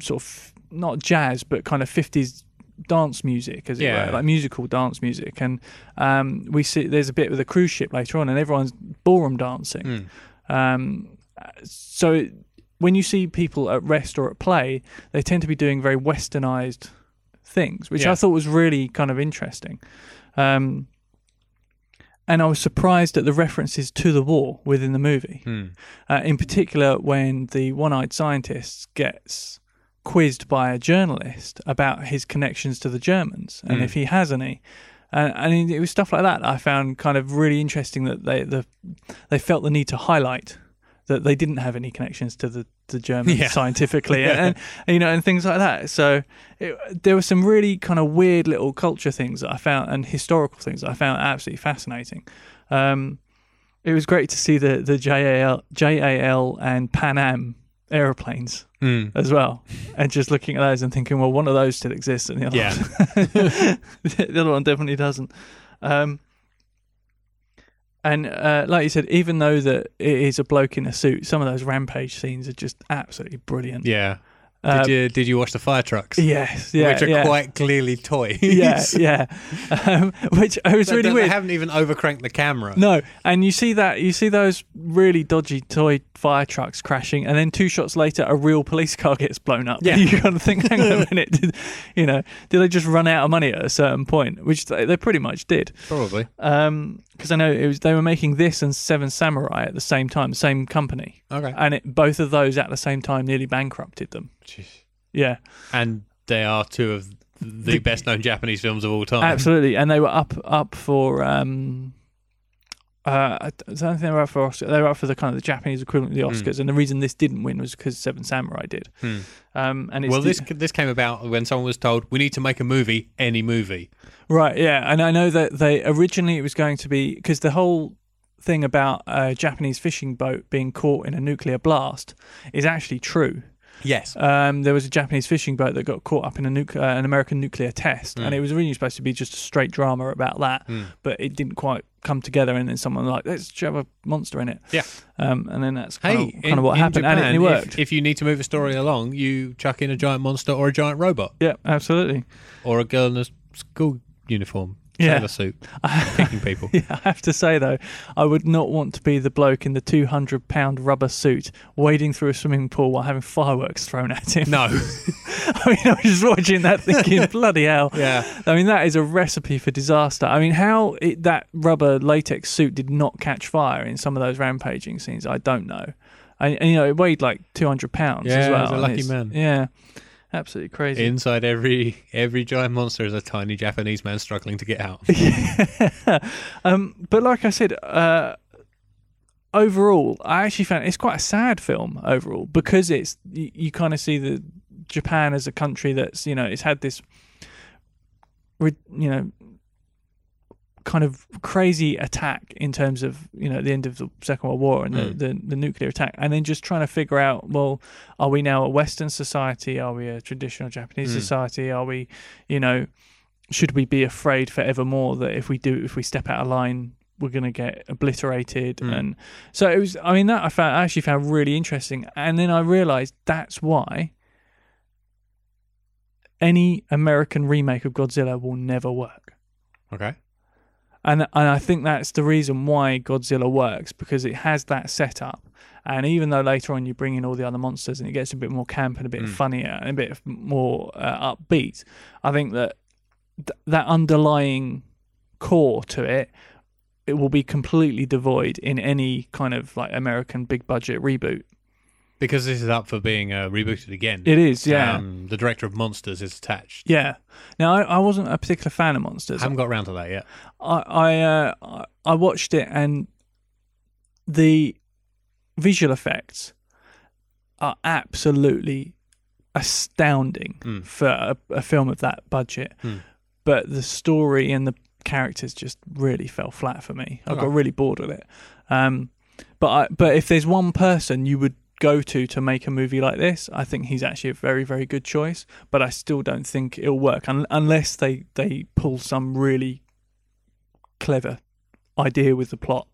[SPEAKER 2] sort of not jazz, but kind of fifties dance music, as
[SPEAKER 1] Yeah.
[SPEAKER 2] it were, like musical dance music. And um, we see there's a bit with a cruise ship later on, and everyone's ballroom dancing. Um, so when you see people at rest or at play, they tend to be doing very westernized things, which
[SPEAKER 1] Yeah.
[SPEAKER 2] I thought was really kind of interesting. Um, and I was surprised at the references to the war within the movie. Uh, in particular, when the one eyed scientist gets quizzed by a journalist about his connections to the Germans and if he has any. And, and it was stuff like that I found kind of really interesting that they the, they felt the need to highlight that they didn't have any connections to the, the Germans
[SPEAKER 1] Yeah.
[SPEAKER 2] scientifically
[SPEAKER 1] Yeah.
[SPEAKER 2] and, and, you know and things like that. So it, there were some really kind of weird little culture things that I found and historical things that I found absolutely fascinating. Um, it was great to see the the JAL, JAL and Pan Am aeroplanes
[SPEAKER 1] Mm.
[SPEAKER 2] as well, and just looking at those and thinking, well, one of those still exists, and the other
[SPEAKER 1] yeah.
[SPEAKER 2] the other one *laughs* definitely doesn't. Um, and uh, like you said, even though that it is a bloke in a suit, some of those rampage scenes are just absolutely brilliant.
[SPEAKER 1] Yeah. Did
[SPEAKER 2] Uh,
[SPEAKER 1] you did you watch the fire trucks?
[SPEAKER 2] Yes, yeah,
[SPEAKER 1] which are
[SPEAKER 2] yeah,
[SPEAKER 1] quite clearly toys. *laughs*
[SPEAKER 2] yeah, yeah. *laughs* Um, which it was
[SPEAKER 1] They-
[SPEAKER 2] really
[SPEAKER 1] they
[SPEAKER 2] weird.
[SPEAKER 1] haven't even overcranked the camera.
[SPEAKER 2] No, and you see that you see those really dodgy toy fire trucks crashing, and then two shots later, a real police car gets blown up.
[SPEAKER 1] Yeah.
[SPEAKER 2] *laughs* you kind of think, hang on a minute, did, you know, did they just run out of money at a certain point? Which they, they pretty much did,
[SPEAKER 1] Probably.
[SPEAKER 2] because I know it was they were making this and Seven Samurai at the same time, same company,
[SPEAKER 1] Okay.
[SPEAKER 2] and it, both of those at the same time nearly bankrupted them. Yeah,
[SPEAKER 1] And they are two of the, Um, best known Japanese films of all time.
[SPEAKER 2] absolutely, and they were up up for um, Uh, I don't think they were up for Oscar. They were up for the kind of the Japanese equivalent of
[SPEAKER 1] Hmm.
[SPEAKER 2] the Oscars, and the reason this didn't win was because Seven Samurai did. Um, and it's
[SPEAKER 1] Well,
[SPEAKER 2] the-
[SPEAKER 1] this this came about when someone was told we need to make a movie, any movie.
[SPEAKER 2] Right, yeah, and I know that they originally it was going to be because the whole thing about a Japanese fishing boat being caught in a nuclear blast is actually true.
[SPEAKER 1] Yes.
[SPEAKER 2] Um, there was a Japanese fishing boat that got caught up in a nuc- uh, an American nuclear test, and it was originally supposed to be just a straight drama about that, but it didn't quite come together. And then someone like let's shove a monster in it,
[SPEAKER 1] Yeah.
[SPEAKER 2] um, and then that's
[SPEAKER 1] Hey,
[SPEAKER 2] kind, of, kind
[SPEAKER 1] in-
[SPEAKER 2] of what
[SPEAKER 1] in
[SPEAKER 2] happened, and it, and it
[SPEAKER 1] Japan, if-
[SPEAKER 2] worked.
[SPEAKER 1] If, you need to move a story along, you chuck in a giant monster or a giant robot
[SPEAKER 2] yeah, absolutely.
[SPEAKER 1] or a girl in a s- school uniform,
[SPEAKER 2] Yeah.
[SPEAKER 1] sailor
[SPEAKER 2] *laughs*
[SPEAKER 1] suit, kicking people.
[SPEAKER 2] *laughs* Yeah, I have to say though, I would not want to be the bloke in the two hundred pound rubber suit wading through a swimming pool while having fireworks thrown at him.
[SPEAKER 1] No.
[SPEAKER 2] *laughs* I mean, I was just watching that *laughs* thinking, bloody hell.
[SPEAKER 1] yeah.
[SPEAKER 2] I mean, that is a recipe for disaster. I mean, how it, that rubber latex suit did not catch fire in some of those rampaging scenes, I don't know. And, and, you know, it weighed like two hundred pounds
[SPEAKER 1] Yeah,
[SPEAKER 2] as well.
[SPEAKER 1] he's a
[SPEAKER 2] and
[SPEAKER 1] lucky
[SPEAKER 2] it's-
[SPEAKER 1] man.
[SPEAKER 2] Yeah, absolutely
[SPEAKER 1] *laughs*
[SPEAKER 2] crazy.
[SPEAKER 1] Inside every every giant monster is a tiny Japanese man struggling to get
[SPEAKER 2] *laughs*
[SPEAKER 1] out.
[SPEAKER 2] um, but like I said, uh, overall, I actually found it's quite a sad film overall because it's you, you kind of see the Japan as a country that's you know it's had this, re- you know, kind of crazy attack in terms of you know the end of the Second World War and the, the, the nuclear attack, and then just trying to figure out well, are we now a Western society? Are we a traditional Japanese society? Are we, you know, should we be afraid forevermore that if we do if we step out of line we're going to get obliterated and so it was i mean that i found I actually found really interesting and then i realized that's why any american remake of godzilla will never work
[SPEAKER 1] Okay.
[SPEAKER 2] and and I think that's the reason why Godzilla works because it has that setup. And even though later on you bring in all the other monsters and it gets a bit more camp and a bit funnier and a bit more uh, upbeat, I think that th- that underlying core to it it will be completely devoid in any kind of like American big budget reboot.
[SPEAKER 1] Because this is up for being uh, rebooted again.
[SPEAKER 2] It is, yeah,
[SPEAKER 1] Um, the director of Monsters is attached.
[SPEAKER 2] yeah. Now I, I wasn't a particular fan of monsters.
[SPEAKER 1] I haven't got around to that yet.
[SPEAKER 2] I I, uh, I- I watched it and the visual effects are absolutely astounding for a, a film of that budget. But the story and the characters just really fell flat for me. I got really bored with it. Um, but I, but if there's one person you would go to to make a movie like this, I think he's actually a very very good choice. But I still don't think it'll work un- unless they they pull some really clever idea with the plot,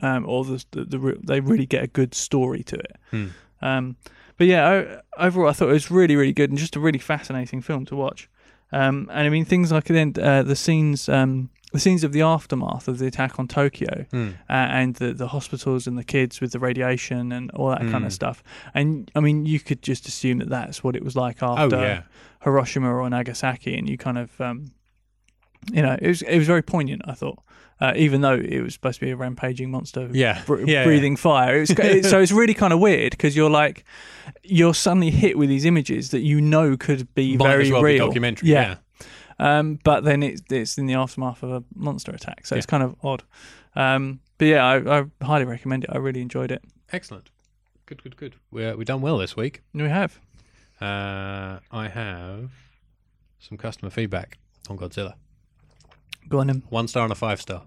[SPEAKER 2] um, or the, the, the re- they really get a good story to it. Um, but yeah, o- overall, I thought it was really, really good and just a really fascinating film to watch. Um, and I mean, things like then uh, the scenes, um, the scenes of the aftermath of the attack on Tokyo, uh, and the the hospitals and the kids with the radiation and all that kind of stuff. And I mean, you could just assume that that's what it was like after
[SPEAKER 1] Oh, yeah.
[SPEAKER 2] Hiroshima or Nagasaki, and you kind of, um, you know, it was it was very poignant. I thought, uh, even though it was supposed to be a rampaging monster,
[SPEAKER 1] Yeah.
[SPEAKER 2] br-
[SPEAKER 1] Yeah, yeah.
[SPEAKER 2] breathing
[SPEAKER 1] *laughs*
[SPEAKER 2] fire. It was it, so it's really kind of weird because you're like, you're suddenly hit with these images that you know could be
[SPEAKER 1] Might
[SPEAKER 2] very
[SPEAKER 1] as well
[SPEAKER 2] real,
[SPEAKER 1] be documentary. yeah.
[SPEAKER 2] um, but then it's it's in the aftermath of a monster attack, so it's kind of odd. Um, but yeah, I, I highly recommend it. I really enjoyed it.
[SPEAKER 1] Excellent. Good, good, good. We're, we've done well this week.
[SPEAKER 2] And We have.
[SPEAKER 1] Uh, I have some customer feedback on Godzilla.
[SPEAKER 2] Go on then.
[SPEAKER 1] One star and a five star.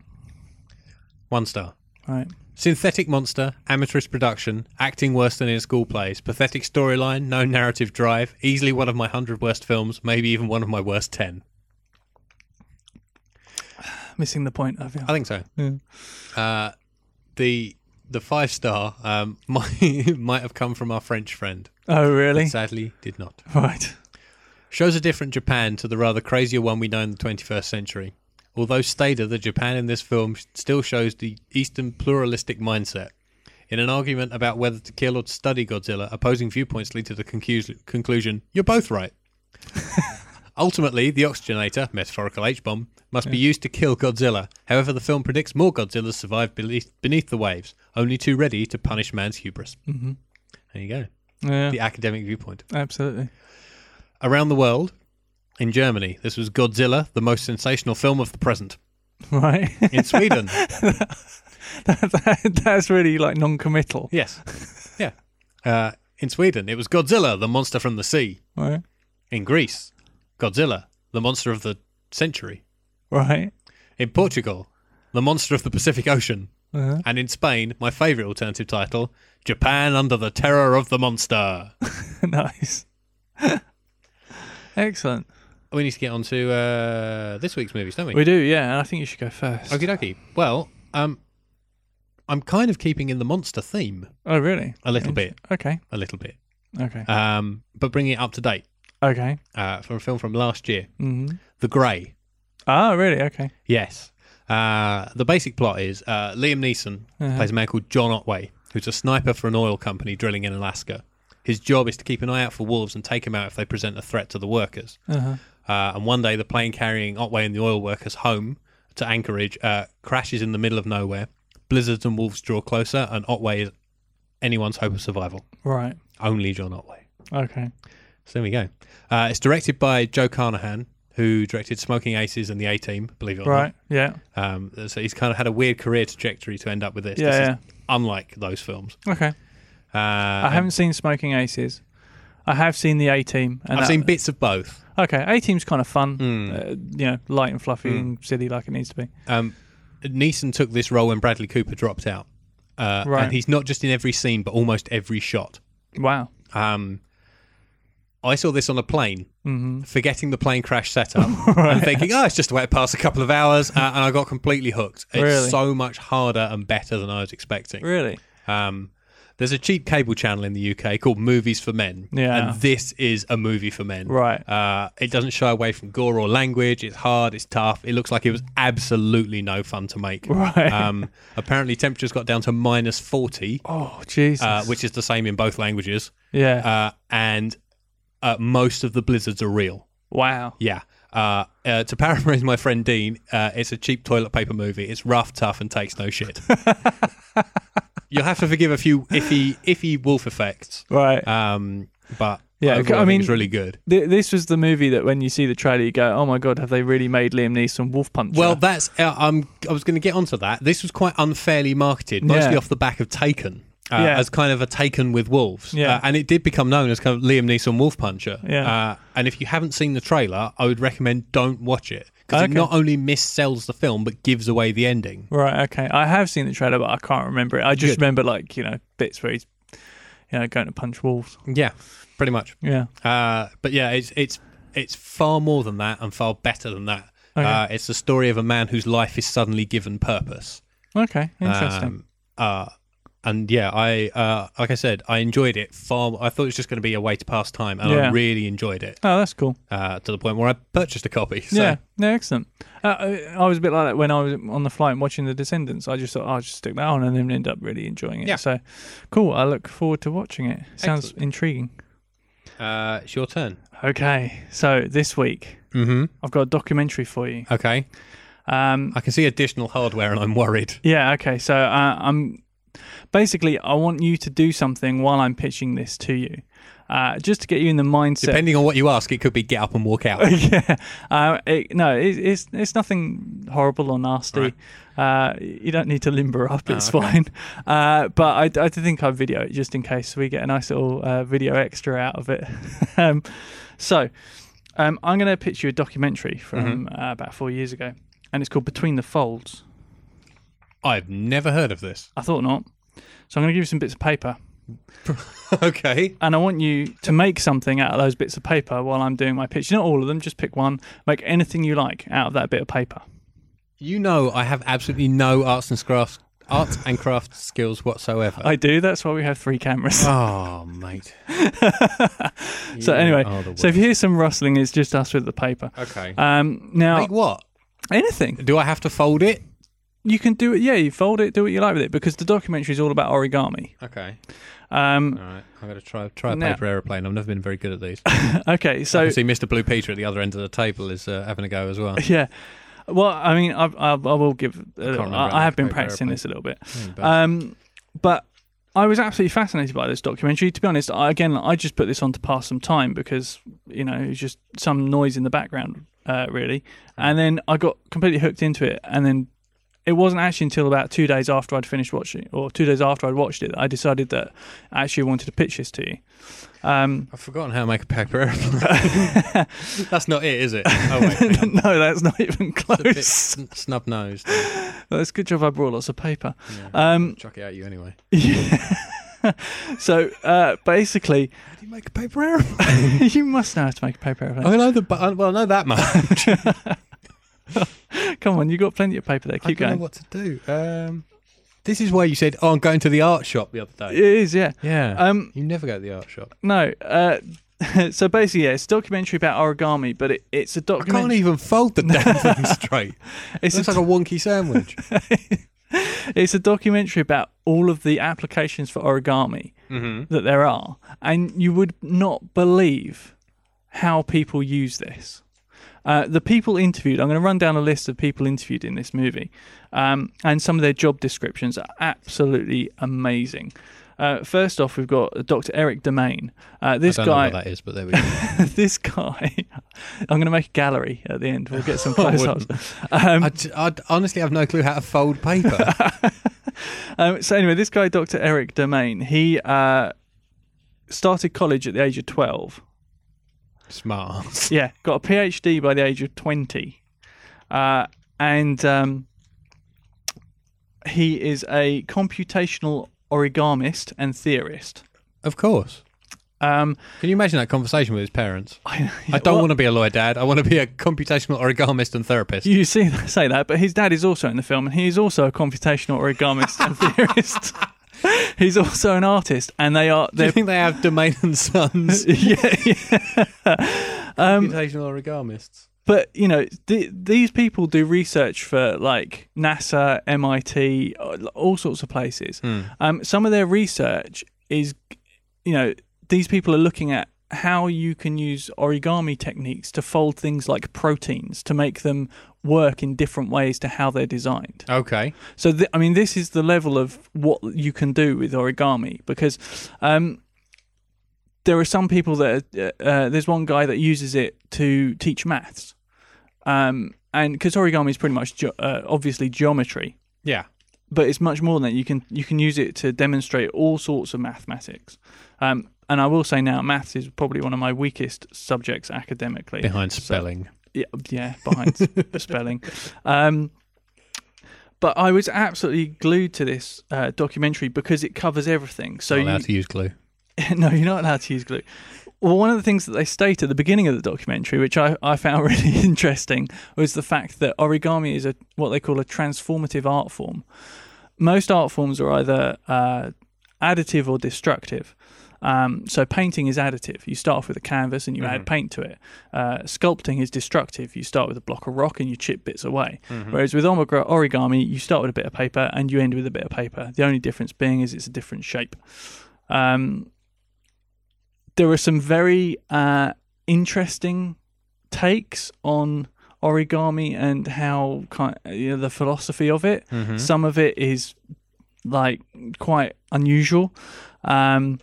[SPEAKER 1] One star.
[SPEAKER 2] All right.
[SPEAKER 1] Synthetic monster, amateurish production, acting worse than in school plays, pathetic storyline, no narrative drive, easily one of my 100 worst films, maybe even one of my worst 10.
[SPEAKER 2] Missing the point, I feel.
[SPEAKER 1] I think so. Uh, the the five star um, *laughs* might, might have come from our French friend.
[SPEAKER 2] Oh, really?
[SPEAKER 1] Sadly, did not.
[SPEAKER 2] Right.
[SPEAKER 1] shows a different Japan to the rather crazier one we know in the 21st century. Although Stader, the Japan in this film sh- still shows the Eastern pluralistic mindset. In an argument about whether to kill or to study Godzilla, opposing viewpoints lead to the concus- conclusion you're both right. Ultimately, the oxygenator, metaphorical H bomb, must be used to kill Godzilla. However, the film predicts more Godzillas survive beneath, beneath the waves, only too ready to punish man's hubris. Mm-hmm. There you go.
[SPEAKER 2] Yeah.
[SPEAKER 1] The academic viewpoint.
[SPEAKER 2] Absolutely.
[SPEAKER 1] Around the world, in Germany, this was
[SPEAKER 2] *laughs*
[SPEAKER 1] Godzilla, the most sensational film of the present.
[SPEAKER 2] Right.
[SPEAKER 1] In Sweden,
[SPEAKER 2] that, that, that's really like non-committal.
[SPEAKER 1] Yes. Yeah. Uh, in Sweden, it was Godzilla, the monster from the sea.
[SPEAKER 2] Right.
[SPEAKER 1] In Greece, Godzilla, the monster of the century.
[SPEAKER 2] Right. *laughs*
[SPEAKER 1] In Portugal, the monster of the Pacific Ocean.
[SPEAKER 2] Uh-huh.
[SPEAKER 1] And in Spain, my favourite alternative title, Japan under the terror of the monster.
[SPEAKER 2] nice. *laughs* Excellent.
[SPEAKER 1] we need to get on to uh, this week's movies, don't we?
[SPEAKER 2] We do, yeah. And I think you should go first.
[SPEAKER 1] Okie dokie. Well, um, I'm kind of keeping in the monster theme
[SPEAKER 2] Oh, really?
[SPEAKER 1] a little bit,
[SPEAKER 2] Okay.
[SPEAKER 1] a little bit,
[SPEAKER 2] Okay.
[SPEAKER 1] um, but bringing it up to date
[SPEAKER 2] okay.
[SPEAKER 1] uh, from a film from last year,
[SPEAKER 2] Mm-hmm.
[SPEAKER 1] The Grey.
[SPEAKER 2] Ah, really? Okay.
[SPEAKER 1] Yes. Uh, the basic plot is uh, Liam Neeson
[SPEAKER 2] Uh-huh.
[SPEAKER 1] plays a man called John Otway, who's a sniper for an oil company drilling in Alaska. His job is to keep an eye out for wolves and take them out if they present a threat to the workers.
[SPEAKER 2] Uh-huh.
[SPEAKER 1] Uh, and one day, the plane carrying Otway and the oil workers home to Anchorage uh, crashes in the middle of nowhere. Blizzards and wolves draw closer, and Otway is anyone's hope of survival.
[SPEAKER 2] Right.
[SPEAKER 1] Only John Otway.
[SPEAKER 2] Okay.
[SPEAKER 1] So there we go. Uh, it's directed by Joe Carnahan, who directed Smoking Aces and The A Team, believe it or
[SPEAKER 2] Right. Yeah.
[SPEAKER 1] not. Um, so he's kind of had a weird career trajectory to end up with this.
[SPEAKER 2] Yeah,
[SPEAKER 1] this
[SPEAKER 2] yeah.
[SPEAKER 1] is unlike those films.
[SPEAKER 2] Okay.
[SPEAKER 1] Uh,
[SPEAKER 2] I haven't seen Smoking Aces. I have seen the A Team.
[SPEAKER 1] I've seen bits of both.
[SPEAKER 2] Okay, A Team's kind of fun.
[SPEAKER 1] Mm.
[SPEAKER 2] Uh, you know, light and
[SPEAKER 1] Hmm.
[SPEAKER 2] fluffy and silly like it needs to be.
[SPEAKER 1] Um, Neeson took this role when Bradley Cooper dropped out. Uh,
[SPEAKER 2] Right.
[SPEAKER 1] And he's not just in every scene, but almost every shot.
[SPEAKER 2] Wow.
[SPEAKER 1] Um, I saw this on a plane,
[SPEAKER 2] Mm-hmm.
[SPEAKER 1] forgetting the plane crash
[SPEAKER 2] *laughs*
[SPEAKER 1] setup and thinking, oh, it's just a way to pass a couple of hours. Uh, and I got completely hooked. It's
[SPEAKER 2] Really?
[SPEAKER 1] so much harder and better than I was expecting.
[SPEAKER 2] Really?
[SPEAKER 1] Um, there's a cheap cable channel in the UK called Movies for Men.
[SPEAKER 2] Yeah.
[SPEAKER 1] And this is a movie for men.
[SPEAKER 2] Right.
[SPEAKER 1] Uh, it doesn't shy away from gore or language. It's hard. It's tough. It looks like it was absolutely no fun to make.
[SPEAKER 2] *laughs* Right.
[SPEAKER 1] Um, apparently, temperatures got down to minus 40,
[SPEAKER 2] oh, Jesus.
[SPEAKER 1] uh, which is the same in both languages.
[SPEAKER 2] yeah.
[SPEAKER 1] Uh, and uh, most of the blizzards are real.
[SPEAKER 2] wow.
[SPEAKER 1] Yeah. Uh, uh, to paraphrase my friend Dean, uh, it's a cheap toilet paper movie. It's rough, tough, and takes no shit. *laughs* You'll have to forgive a few iffy, iffy wolf effects,
[SPEAKER 2] Right.
[SPEAKER 1] um, but
[SPEAKER 2] Yeah,
[SPEAKER 1] yeah,
[SPEAKER 2] okay, I
[SPEAKER 1] I mean,
[SPEAKER 2] mean-
[SPEAKER 1] it's really good.
[SPEAKER 2] Th- this was the movie that when you see the trailer, you go, "Oh my god, have they really made Liam Neeson Wolf Puncher?"
[SPEAKER 1] Well, that's uh, I'm, I was going to get onto that. This was quite unfairly marketed, mostly
[SPEAKER 2] Yeah.
[SPEAKER 1] off the back of Taken. Uh,
[SPEAKER 2] Yeah.
[SPEAKER 1] As kind of a taken with wolves,
[SPEAKER 2] Yeah.
[SPEAKER 1] Uh, and it did become known as kind of Liam Neeson Wolf Puncher.
[SPEAKER 2] Yeah.
[SPEAKER 1] Uh, and if you haven't seen the trailer, I would recommend don't watch it because
[SPEAKER 2] Okay.
[SPEAKER 1] it not only missells the film but gives away the ending.
[SPEAKER 2] right, okay. I have seen the trailer, but I can't remember it. I just
[SPEAKER 1] Good.
[SPEAKER 2] remember like you know bits where he's you know going to punch wolves.
[SPEAKER 1] Yeah, pretty much.
[SPEAKER 2] Yeah,
[SPEAKER 1] Uh, but yeah, it's it's it's far more than that and far better than that.
[SPEAKER 2] Okay.
[SPEAKER 1] Uh, it's the story of a man whose life is suddenly given purpose.
[SPEAKER 2] okay, interesting.
[SPEAKER 1] Um, uh, and yeah, I uh, like I said, I enjoyed it far. I thought it was just going to be a way to pass time, and I
[SPEAKER 2] Yeah.
[SPEAKER 1] really enjoyed it
[SPEAKER 2] oh, that's cool.
[SPEAKER 1] uh, to the point where I purchased a copy. *laughs* So.
[SPEAKER 2] Yeah, no, excellent. Uh, I I was a bit like that when I was on the flight and watching The Descendants. I just thought "Oh, I'll just stick that on and then end up really enjoying it.
[SPEAKER 1] Yeah.
[SPEAKER 2] So cool. I look forward to watching it. Sounds
[SPEAKER 1] Excellent.
[SPEAKER 2] intriguing.
[SPEAKER 1] Uh, it's your turn.
[SPEAKER 2] Okay, so this week
[SPEAKER 1] Mm-hmm.
[SPEAKER 2] I've got a documentary for you.
[SPEAKER 1] Okay,
[SPEAKER 2] Um,
[SPEAKER 1] I can see additional hardware, and I'm worried.
[SPEAKER 2] Yeah. Okay. So uh, I'm basically I want you to do something while I'm pitching this to you, uh, just to get you in the mindset.
[SPEAKER 1] Depending on what you ask, it could be get up and walk out.
[SPEAKER 2] *laughs* yeah. Uh, it, no, it, it's it's nothing horrible or nasty. Uh, you don't need to limber up. It's fine. Uh, but I, I do think I'll video it just in case we get a nice little uh, video extra out of it. *laughs* um, so um, I'm going to pitch you a documentary from uh, about four years ago, and it's called Between the Folds.
[SPEAKER 1] I've never heard of this. *laughs*
[SPEAKER 2] I thought not. So I'm going to give you some bits of paper,
[SPEAKER 1] okay.
[SPEAKER 2] and I want you to make something out of those bits of paper while I'm doing my pitch. Not all of them, just pick one. Make anything you like out of that bit of paper.
[SPEAKER 1] You know, I have absolutely no arts and crafts, arts and craft skills whatsoever.
[SPEAKER 2] I do. That's why we have three cameras.
[SPEAKER 1] oh, mate.
[SPEAKER 2] so
[SPEAKER 1] You
[SPEAKER 2] anyway,
[SPEAKER 1] are the
[SPEAKER 2] *laughs* so if you hear some rustling, it's just us with the paper.
[SPEAKER 1] okay.
[SPEAKER 2] Um, now
[SPEAKER 1] Like what?
[SPEAKER 2] anything
[SPEAKER 1] Do I have to fold it?
[SPEAKER 2] you can do it. Yeah, you fold it, do what you like with it, because the documentary is all about origami.
[SPEAKER 1] Okay.
[SPEAKER 2] Um,
[SPEAKER 1] All right. I'm going to try try a
[SPEAKER 2] Now-
[SPEAKER 1] paper aeroplane. I've never been very good at these.
[SPEAKER 2] okay, *laughs* so
[SPEAKER 1] I see Mr. Blue Peter at the other end of the table is uh, having a go as
[SPEAKER 2] *laughs*
[SPEAKER 1] well.
[SPEAKER 2] yeah. Well, I mean, I, I, I will give. Uh,
[SPEAKER 1] remember
[SPEAKER 2] I, I have been
[SPEAKER 1] how to
[SPEAKER 2] practicing
[SPEAKER 1] play
[SPEAKER 2] this a little bit.
[SPEAKER 1] but-
[SPEAKER 2] Um, but I was absolutely fascinated by this documentary. To be honest, I, again, I just put this on to pass some time because you know it was just some noise in the background, uh, really. And then I got completely hooked into it, and then it it wasn't actually until about two days after I'd finished watching, or two days after I'd watched it, that I decided that I actually wanted to pitch this to you. Um, *laughs*
[SPEAKER 1] I've forgotten how to make a paper airplane. That's not it,
[SPEAKER 2] *laughs*
[SPEAKER 1] is it? Oh wait, hang on.
[SPEAKER 2] no, that's not even
[SPEAKER 1] It's a bit
[SPEAKER 2] close. *laughs*
[SPEAKER 1] sn- snub-nosed.
[SPEAKER 2] That's a good job I brought lots of paper.
[SPEAKER 1] Yeah.
[SPEAKER 2] Um,
[SPEAKER 1] Chuck it at you anyway.
[SPEAKER 2] *laughs* so uh, basically, *laughs*
[SPEAKER 1] How do you make a paper airplane?
[SPEAKER 2] you must know how to make a paper airplane.
[SPEAKER 1] I know the bu- well, I know that
[SPEAKER 2] *laughs*
[SPEAKER 1] much. I
[SPEAKER 2] Come on, you got plenty of paper there. Keep
[SPEAKER 1] don't know
[SPEAKER 2] going.
[SPEAKER 1] what to do. Um, this is why you said, "Oh, I'm going to the art shop the other day."
[SPEAKER 2] It is, yeah.
[SPEAKER 1] Yeah.
[SPEAKER 2] Um,
[SPEAKER 1] you never go to the art shop.
[SPEAKER 2] no. Uh, *laughs* so basically, yeah, it's a documentary about origami, but it, it's a
[SPEAKER 1] I can't
[SPEAKER 2] documentary.
[SPEAKER 1] even fold the
[SPEAKER 2] *laughs*
[SPEAKER 1] damn thing straight. It
[SPEAKER 2] It's a,
[SPEAKER 1] looks like a wonky
[SPEAKER 2] *laughs*
[SPEAKER 1] sandwich.
[SPEAKER 2] it's a documentary about all of the applications for origami that there are, and you would not believe how people use this. Uh, the people interviewed, I'm going to run down a list of people interviewed in this movie, um, and some of their job descriptions are absolutely amazing. Uh, first off, we've got Dr. Eric Domain. Uh, this
[SPEAKER 1] I don't
[SPEAKER 2] guy,
[SPEAKER 1] know what that is, but there we go.
[SPEAKER 2] *laughs* this guy, I'm going to make a gallery at the end. We'll
[SPEAKER 1] *laughs*
[SPEAKER 2] get some close-ups.
[SPEAKER 1] I, j- I d- honestly have no clue how to fold
[SPEAKER 2] *laughs*
[SPEAKER 1] paper.
[SPEAKER 2] Um, so anyway, this guy, Dr. Eric Domain, he uh, started college at the age of 12.
[SPEAKER 1] Smart.
[SPEAKER 2] Yeah, got a PhD by the age of 20. Uh, and um, he is a computational origamist and theorist.
[SPEAKER 1] Of course.
[SPEAKER 2] Um,
[SPEAKER 1] Can you imagine that conversation with his parents?
[SPEAKER 2] I,
[SPEAKER 1] I don't want to be a lawyer, Dad. I want to be a computational origamist and therapist.
[SPEAKER 2] You see, *laughs* say that, but his dad is also in the film, and he is also a computational origamist and theorist. He's also an artist, and they are
[SPEAKER 1] Do you
[SPEAKER 2] they're
[SPEAKER 1] think they have domain and
[SPEAKER 2] *laughs*
[SPEAKER 1] sons?
[SPEAKER 2] yeah, yeah. Um,
[SPEAKER 1] computational origamists.
[SPEAKER 2] but you know th- these people do research for like NASA, MIT, uh, all sorts of places. Um, some of their research is, you know, these people are looking at how you can use origami techniques to fold things like proteins to make them work in different ways to how they're designed.
[SPEAKER 1] Okay.
[SPEAKER 2] So, th- I mean, this is the level of what you can do with origami because um, there are some people that uh, uh, there's one guy that uses it to teach maths, um, and because origami is pretty much ge- uh, obviously geometry,
[SPEAKER 1] Yeah.
[SPEAKER 2] but it's much more than that. You can you can use it to demonstrate all sorts of mathematics. Um, and I will say now, maths is probably one of my weakest subjects academically
[SPEAKER 1] Behind spelling.
[SPEAKER 2] yeah, yeah behind sp- spelling. Um, but I was absolutely glued to this uh, documentary because it covers everything. So
[SPEAKER 1] Not
[SPEAKER 2] you,
[SPEAKER 1] allowed to use glue.
[SPEAKER 2] *laughs* no, you're not allowed to use glue. Well, one of the things that they state at the beginning of the documentary, which I, I found *laughs* really interesting, was the fact that origami is a what they call a transformative art form. Most art forms are either uh, additive or destructive. Um, so painting is additive. You start off with a canvas and you add paint to it. Uh, sculpting is destructive. You start with a block of rock and you chip bits away. Whereas with omigra- origami, you start with a bit of paper and you end with a bit of paper. The only difference being is it's a different shape. Um, there are some very uh, interesting takes on origami and how kind you know, the philosophy of it. Some of it is like quite unusual. Um,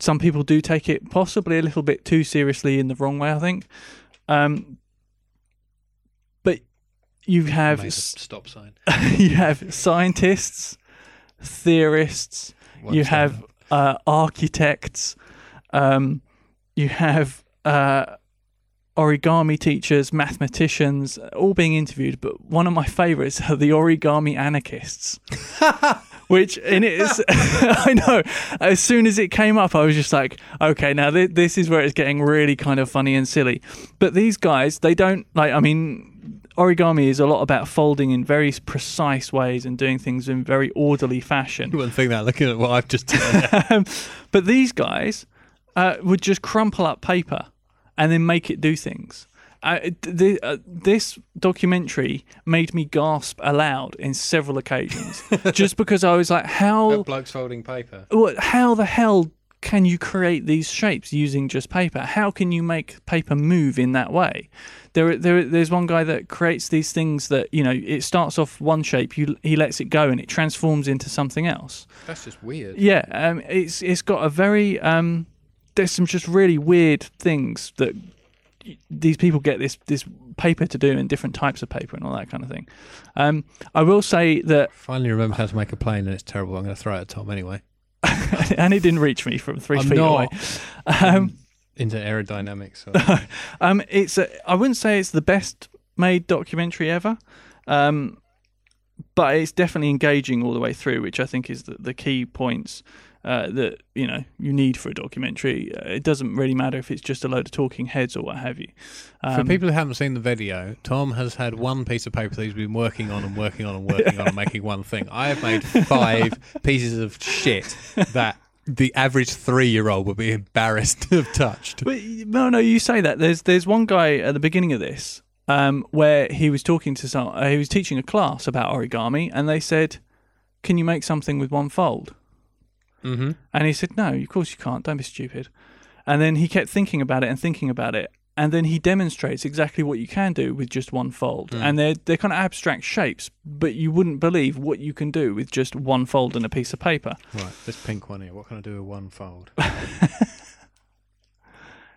[SPEAKER 2] some people do take it possibly a little bit too seriously in the wrong way, I think. Um, but you have
[SPEAKER 1] Made a
[SPEAKER 2] s-
[SPEAKER 1] stop
[SPEAKER 2] *laughs*
[SPEAKER 1] sign.
[SPEAKER 2] you have scientists, theorists,
[SPEAKER 1] Won't
[SPEAKER 2] you
[SPEAKER 1] stand
[SPEAKER 2] have uh, architects, um, you have uh, origami teachers, mathematicians, all being interviewed. But one of my favourites are the origami anarchists. *laughs* Which in it is, *laughs* I know. As soon as it came up, I was just like, okay, now th- this is where it's getting really kind of funny and silly. But these guys, they don't like. I mean, origami is a lot about folding in very precise ways and doing things in very orderly fashion.
[SPEAKER 1] You wouldn't think that looking at what I've just
[SPEAKER 2] *laughs*
[SPEAKER 1] done.
[SPEAKER 2] Um, but these guys uh, would just crumple up paper and then make it do things. Uh, th- th- uh, this documentary made me gasp aloud in several occasions, just because I was like, "How?
[SPEAKER 1] Blokes folding paper.
[SPEAKER 2] What, how the hell can you create these shapes using just paper? How can you make paper move in that way?" There, are- there, are- there's one guy that creates these things that you know. It starts off one shape, you, he lets it go, and it transforms into something else.
[SPEAKER 1] That's just weird.
[SPEAKER 2] Yeah, um, it's it's got a very um, there's some just really weird things that these people get this this paper to do and different types of paper and all that kind of thing. Um, I will say that, *laughs*
[SPEAKER 1] Finally remember how to make a plane, and it's terrible. I'm going to throw it at Tom anyway.
[SPEAKER 2] and it didn't reach me from 3
[SPEAKER 1] I'm
[SPEAKER 2] feet away. *laughs*
[SPEAKER 1] not
[SPEAKER 2] Um,
[SPEAKER 1] into aerodynamics.
[SPEAKER 2] *laughs*
[SPEAKER 1] Or...
[SPEAKER 2] um, it's a, I wouldn't say it's the best made documentary ever, um, but it's definitely engaging all the way through, which I think is the, the key points uh, that you know you need for a documentary. Uh, It doesn't really matter if it's just a load of talking heads or what have you.
[SPEAKER 1] For people who haven't seen the video, Tom has had one piece of paper that he's been working on and working on and working *laughs* on and making one thing. I have made five pieces of shit that the average three-year-old would be embarrassed to have touched.
[SPEAKER 2] But no, no, you say that. There's there's one guy at the beginning of this um, where he was talking to some, uh, he was teaching a class about origami, and they said, "Can you make something with one fold?"
[SPEAKER 1] Mm-hmm.
[SPEAKER 2] And he said, No, of course you can't. Don't be stupid. And then he kept thinking about it and thinking about it. And then he demonstrates exactly what you can do with just one fold. And they're, they're kind of abstract shapes, but you wouldn't believe what you can do with just one fold and a piece of paper.
[SPEAKER 1] Right, this pink one here. What can I do with one fold?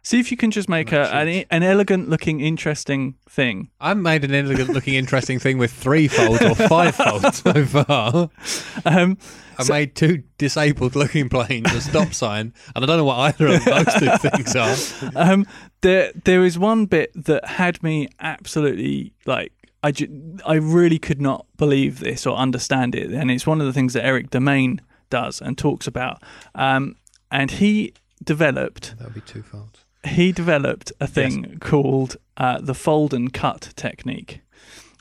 [SPEAKER 2] See if you can just make a, an, e, an elegant looking, interesting thing.
[SPEAKER 1] I've made an elegant-looking, interesting thing with three folds or five folds so far.
[SPEAKER 2] Um,
[SPEAKER 1] I made two disabled-looking planes, a stop sign, and I don't know what either of those two things are.
[SPEAKER 2] um, there there is one bit that had me absolutely like I, ju- I really could not believe this or understand it, and it's one of the things that Eric Domain does and talks about. Um, and he developed
[SPEAKER 1] That would be two folds.
[SPEAKER 2] he developed a thing called uh, the fold and cut technique.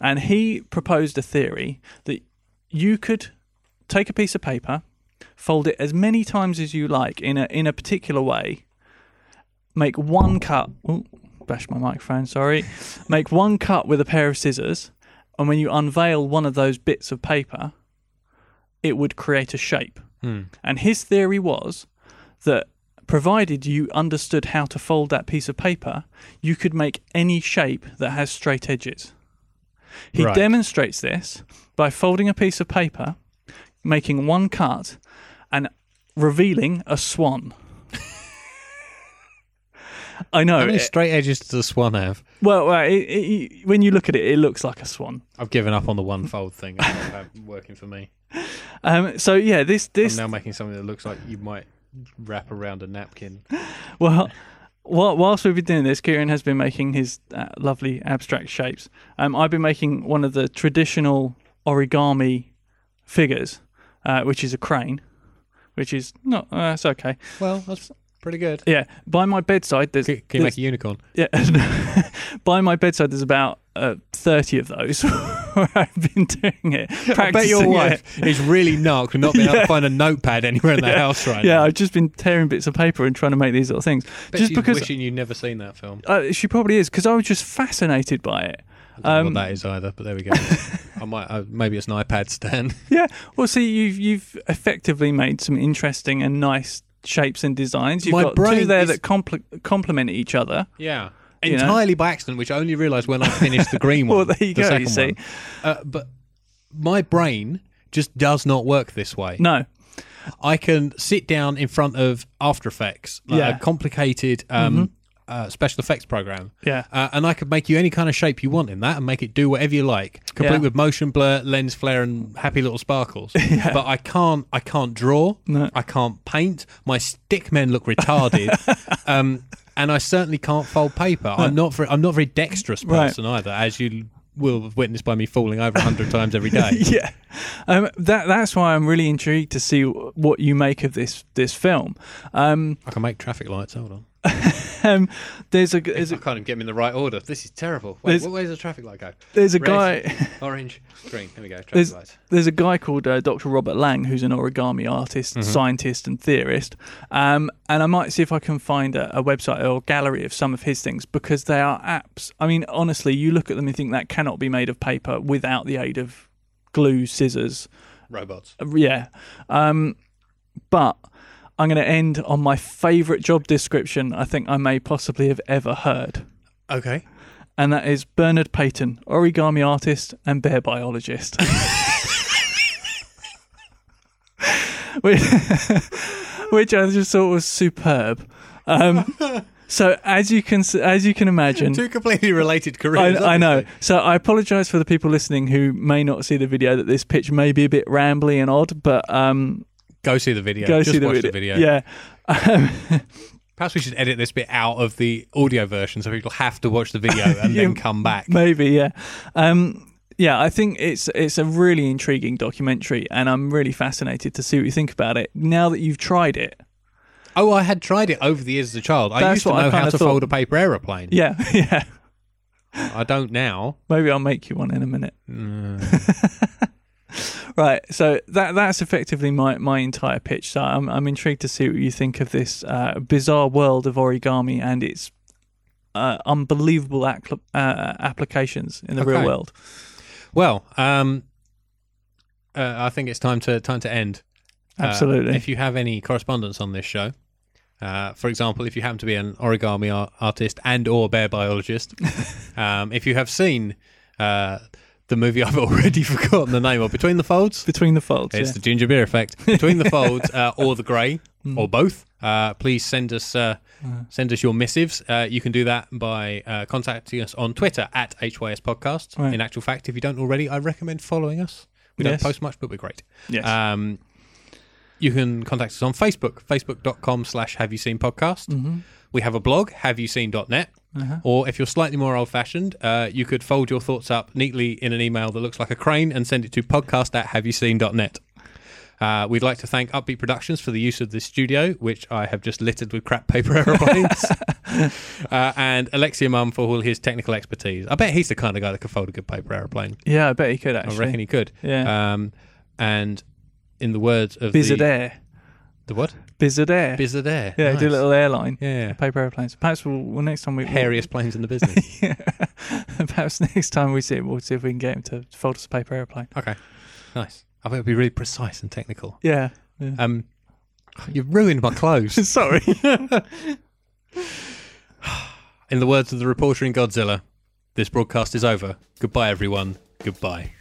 [SPEAKER 2] And he proposed a theory that you could take a piece of paper, fold it as many times as you like in a in a particular way, make one cut. Ooh, bash my microphone, sorry. make one cut with a pair of scissors, and when you unveil one of those bits of paper, it would create a shape. And his theory was that provided you understood how to fold that piece of paper, you could make any shape that has straight edges. He
[SPEAKER 1] Right.
[SPEAKER 2] demonstrates this by folding a piece of paper, making one cut, and revealing a swan. I know.
[SPEAKER 1] How many
[SPEAKER 2] it-
[SPEAKER 1] straight edges does a swan have?
[SPEAKER 2] well, uh, it, it, when you look at it, it looks like a swan.
[SPEAKER 1] I've given up on the one fold thing. It's not about working for me.
[SPEAKER 2] Um, so yeah, this
[SPEAKER 1] I'm
[SPEAKER 2] this
[SPEAKER 1] now making something that looks like you might wrap around a napkin.
[SPEAKER 2] Well, while, whilst we've been doing this, Kieran has been making his uh, lovely abstract shapes. Um, I've been making one of the traditional origami figures, uh, which is a crane, which is not. Uh, it's okay.
[SPEAKER 1] Well, that's pretty good.
[SPEAKER 2] Yeah, by my bedside, there's.
[SPEAKER 1] Can, can you
[SPEAKER 2] there's-
[SPEAKER 1] make a unicorn?
[SPEAKER 2] yeah, *laughs* by my bedside, there's about uh, thirty of those. *laughs* where I've been doing
[SPEAKER 1] *laughs*
[SPEAKER 2] it.
[SPEAKER 1] I bet your
[SPEAKER 2] *laughs* practicing it.
[SPEAKER 1] wife is really narked for not being able to find a notepad anywhere in the house right
[SPEAKER 2] Yeah,
[SPEAKER 1] now.
[SPEAKER 2] I've just been tearing bits of paper and trying to make these little things.
[SPEAKER 1] bet
[SPEAKER 2] just
[SPEAKER 1] she's
[SPEAKER 2] because
[SPEAKER 1] wishing you'd never seen that film.
[SPEAKER 2] uh, she probably is, because I was just fascinated by it.
[SPEAKER 1] I don't
[SPEAKER 2] Um,
[SPEAKER 1] know what that is either, but there
[SPEAKER 2] *laughs*
[SPEAKER 1] we go. I might, uh, maybe it's an iPad stand. *laughs*
[SPEAKER 2] Yeah. Well, see, you've you've effectively made some interesting and nice shapes and designs. You've
[SPEAKER 1] My
[SPEAKER 2] got two
[SPEAKER 1] brain
[SPEAKER 2] there
[SPEAKER 1] is-
[SPEAKER 2] that compl- complement each other.
[SPEAKER 1] Yeah.
[SPEAKER 2] You know?
[SPEAKER 1] Entirely by accident, which I only realised when I finished the green one.
[SPEAKER 2] *laughs* Well, there you
[SPEAKER 1] the
[SPEAKER 2] go,
[SPEAKER 1] second
[SPEAKER 2] you see.
[SPEAKER 1] one. Uh, but my brain just does not work this way.
[SPEAKER 2] No.
[SPEAKER 1] *laughs* I can sit down in front of After Effects, like
[SPEAKER 2] Yeah. Mm-hmm.
[SPEAKER 1] a complicated um, uh, special effects program.
[SPEAKER 2] Yeah.
[SPEAKER 1] Uh, and I could make you any kind of shape you want in that and make it do whatever you like, complete
[SPEAKER 2] Yeah.
[SPEAKER 1] with motion blur, lens flare, and happy little
[SPEAKER 2] *laughs*
[SPEAKER 1] sparkles. But I can't, I can't draw. I can't paint. My stick men look
[SPEAKER 2] *laughs*
[SPEAKER 1] retarded. um, and I certainly can't fold paper. I'm not, very, I'm not a very dexterous
[SPEAKER 2] Right.
[SPEAKER 1] person either, as you will have witnessed by me falling over a hundred times every day.
[SPEAKER 2] *laughs* Yeah. Um, that that's why I'm really intrigued to see what you make of this this film. Um, *laughs*
[SPEAKER 1] I can make traffic lights. Hold on.
[SPEAKER 2] um, there's a there's
[SPEAKER 1] I
[SPEAKER 2] a,
[SPEAKER 1] can't even get them in the right order. This is terrible. Wait,
[SPEAKER 2] There's-
[SPEAKER 1] what way does the traffic light go?
[SPEAKER 2] there's a
[SPEAKER 1] Red,
[SPEAKER 2] guy.
[SPEAKER 1] *laughs* orange, green. There we go. Traffic
[SPEAKER 2] There's,
[SPEAKER 1] lights.
[SPEAKER 2] there's a guy called uh, Dr. Robert Lang who's an origami artist, scientist, and theorist. Um, and I might see if I can find a, a website or gallery of some of his things because they are apps. I mean, honestly, you look at them and think that cannot be made of paper without the aid of glue, scissors.
[SPEAKER 1] Robots.
[SPEAKER 2] Uh, Yeah. Um, but I'm going to end on my favorite job description I think I may possibly have ever heard.
[SPEAKER 1] Okay.
[SPEAKER 2] And that is Bernard Payton, origami artist and
[SPEAKER 1] *laughs*
[SPEAKER 2] bear biologist. *laughs* *laughs*
[SPEAKER 1] *laughs*
[SPEAKER 2] which, which I just thought was superb. Um, So as you can as you can imagine,
[SPEAKER 1] Two completely related careers.
[SPEAKER 2] I, I know.
[SPEAKER 1] obviously.
[SPEAKER 2] So I apologise for the people listening who may not see the video. That this pitch may be a bit rambly and odd, but um,
[SPEAKER 1] Go see the video.
[SPEAKER 2] go
[SPEAKER 1] Just
[SPEAKER 2] see the
[SPEAKER 1] watch
[SPEAKER 2] video.
[SPEAKER 1] the video.
[SPEAKER 2] Yeah, *laughs* Um,
[SPEAKER 1] Perhaps we should edit this bit out of the audio version so people have to watch the
[SPEAKER 2] *laughs*
[SPEAKER 1] video and
[SPEAKER 2] You-
[SPEAKER 1] then come back.
[SPEAKER 2] *laughs* maybe. Yeah, um, yeah. I think it's it's a really intriguing documentary, and I'm really fascinated to see what you think about it now that you've tried it. *laughs*
[SPEAKER 1] Oh, I had tried it over the years as a child. I
[SPEAKER 2] That's
[SPEAKER 1] used to
[SPEAKER 2] what I
[SPEAKER 1] know how
[SPEAKER 2] kinda
[SPEAKER 1] to
[SPEAKER 2] thought.
[SPEAKER 1] fold a paper aeroplane.
[SPEAKER 2] Yeah, *laughs* yeah.
[SPEAKER 1] I don't now.
[SPEAKER 2] Maybe I'll make you one in a minute.
[SPEAKER 1] Mm.
[SPEAKER 2] *laughs* right. So that that's effectively my, my entire pitch. So I'm I'm intrigued to see what you think of this uh, bizarre world of origami and its uh, unbelievable acl- uh, applications in the real
[SPEAKER 1] Okay.
[SPEAKER 2] world.
[SPEAKER 1] Well, um, uh, I think it's time to time to end. Uh,
[SPEAKER 2] Absolutely.
[SPEAKER 1] if you have any correspondence on this show, uh, for example, if you happen to be an origami ar- artist and or bear
[SPEAKER 2] *laughs*
[SPEAKER 1] biologist, um, if you have seen uh, the movie I've *laughs* already forgotten the name of, Between the Folds,
[SPEAKER 2] Between the folds.
[SPEAKER 1] it's
[SPEAKER 2] *laughs* yeah.
[SPEAKER 1] the ginger beer effect. Between the
[SPEAKER 2] *laughs*
[SPEAKER 1] folds uh, or the grey
[SPEAKER 2] Mm.
[SPEAKER 1] or both, uh, please send us uh,
[SPEAKER 2] Uh-huh.
[SPEAKER 1] send us your missives. Uh, you can do that by uh, contacting us on Twitter at HYS Podcast.
[SPEAKER 2] Right.
[SPEAKER 1] In actual fact, if you don't already, I recommend following us. We
[SPEAKER 2] Yes.
[SPEAKER 1] don't post much, but we're great.
[SPEAKER 2] Yes.
[SPEAKER 1] Um, you can contact us on Facebook, facebook.com slash have you seen podcast. We have a blog, have you seen.net. Or if you're slightly more old fashioned, uh, you could fold your thoughts up neatly in an email that looks like a crane and send it to podcast at have you seen.net. Uh, we'd like to thank Upbeat Productions for the use of this studio, which I have just littered with crap paper aeroplanes, uh, and Alexia Mum for all his technical expertise. I bet he's the kind of guy that could fold a good paper aeroplane.
[SPEAKER 2] yeah, I bet you could
[SPEAKER 1] I
[SPEAKER 2] actually.
[SPEAKER 1] reckon he could.
[SPEAKER 2] Yeah.
[SPEAKER 1] Um, and in the words of
[SPEAKER 2] Bizard
[SPEAKER 1] the,
[SPEAKER 2] Air.
[SPEAKER 1] the what?
[SPEAKER 2] Bizard Air.
[SPEAKER 1] Bizard Air.
[SPEAKER 2] yeah,
[SPEAKER 1] nice.
[SPEAKER 2] do a little airline.
[SPEAKER 1] Yeah.
[SPEAKER 2] Paper airplanes. Perhaps we'll, well next time we *laughs*
[SPEAKER 1] Hairiest planes in the business.
[SPEAKER 2] perhaps next time we see it, we'll see if we can get him to fold us a paper airplane.
[SPEAKER 1] *laughs* okay. Nice. I think it'd be really precise and technical.
[SPEAKER 2] Yeah. *laughs* yeah.
[SPEAKER 1] Um, you've ruined my
[SPEAKER 2] *laughs*
[SPEAKER 1] clothes.
[SPEAKER 2] Sorry.
[SPEAKER 1] In the words of the reporter in Godzilla, this broadcast is over. Goodbye, everyone. Goodbye.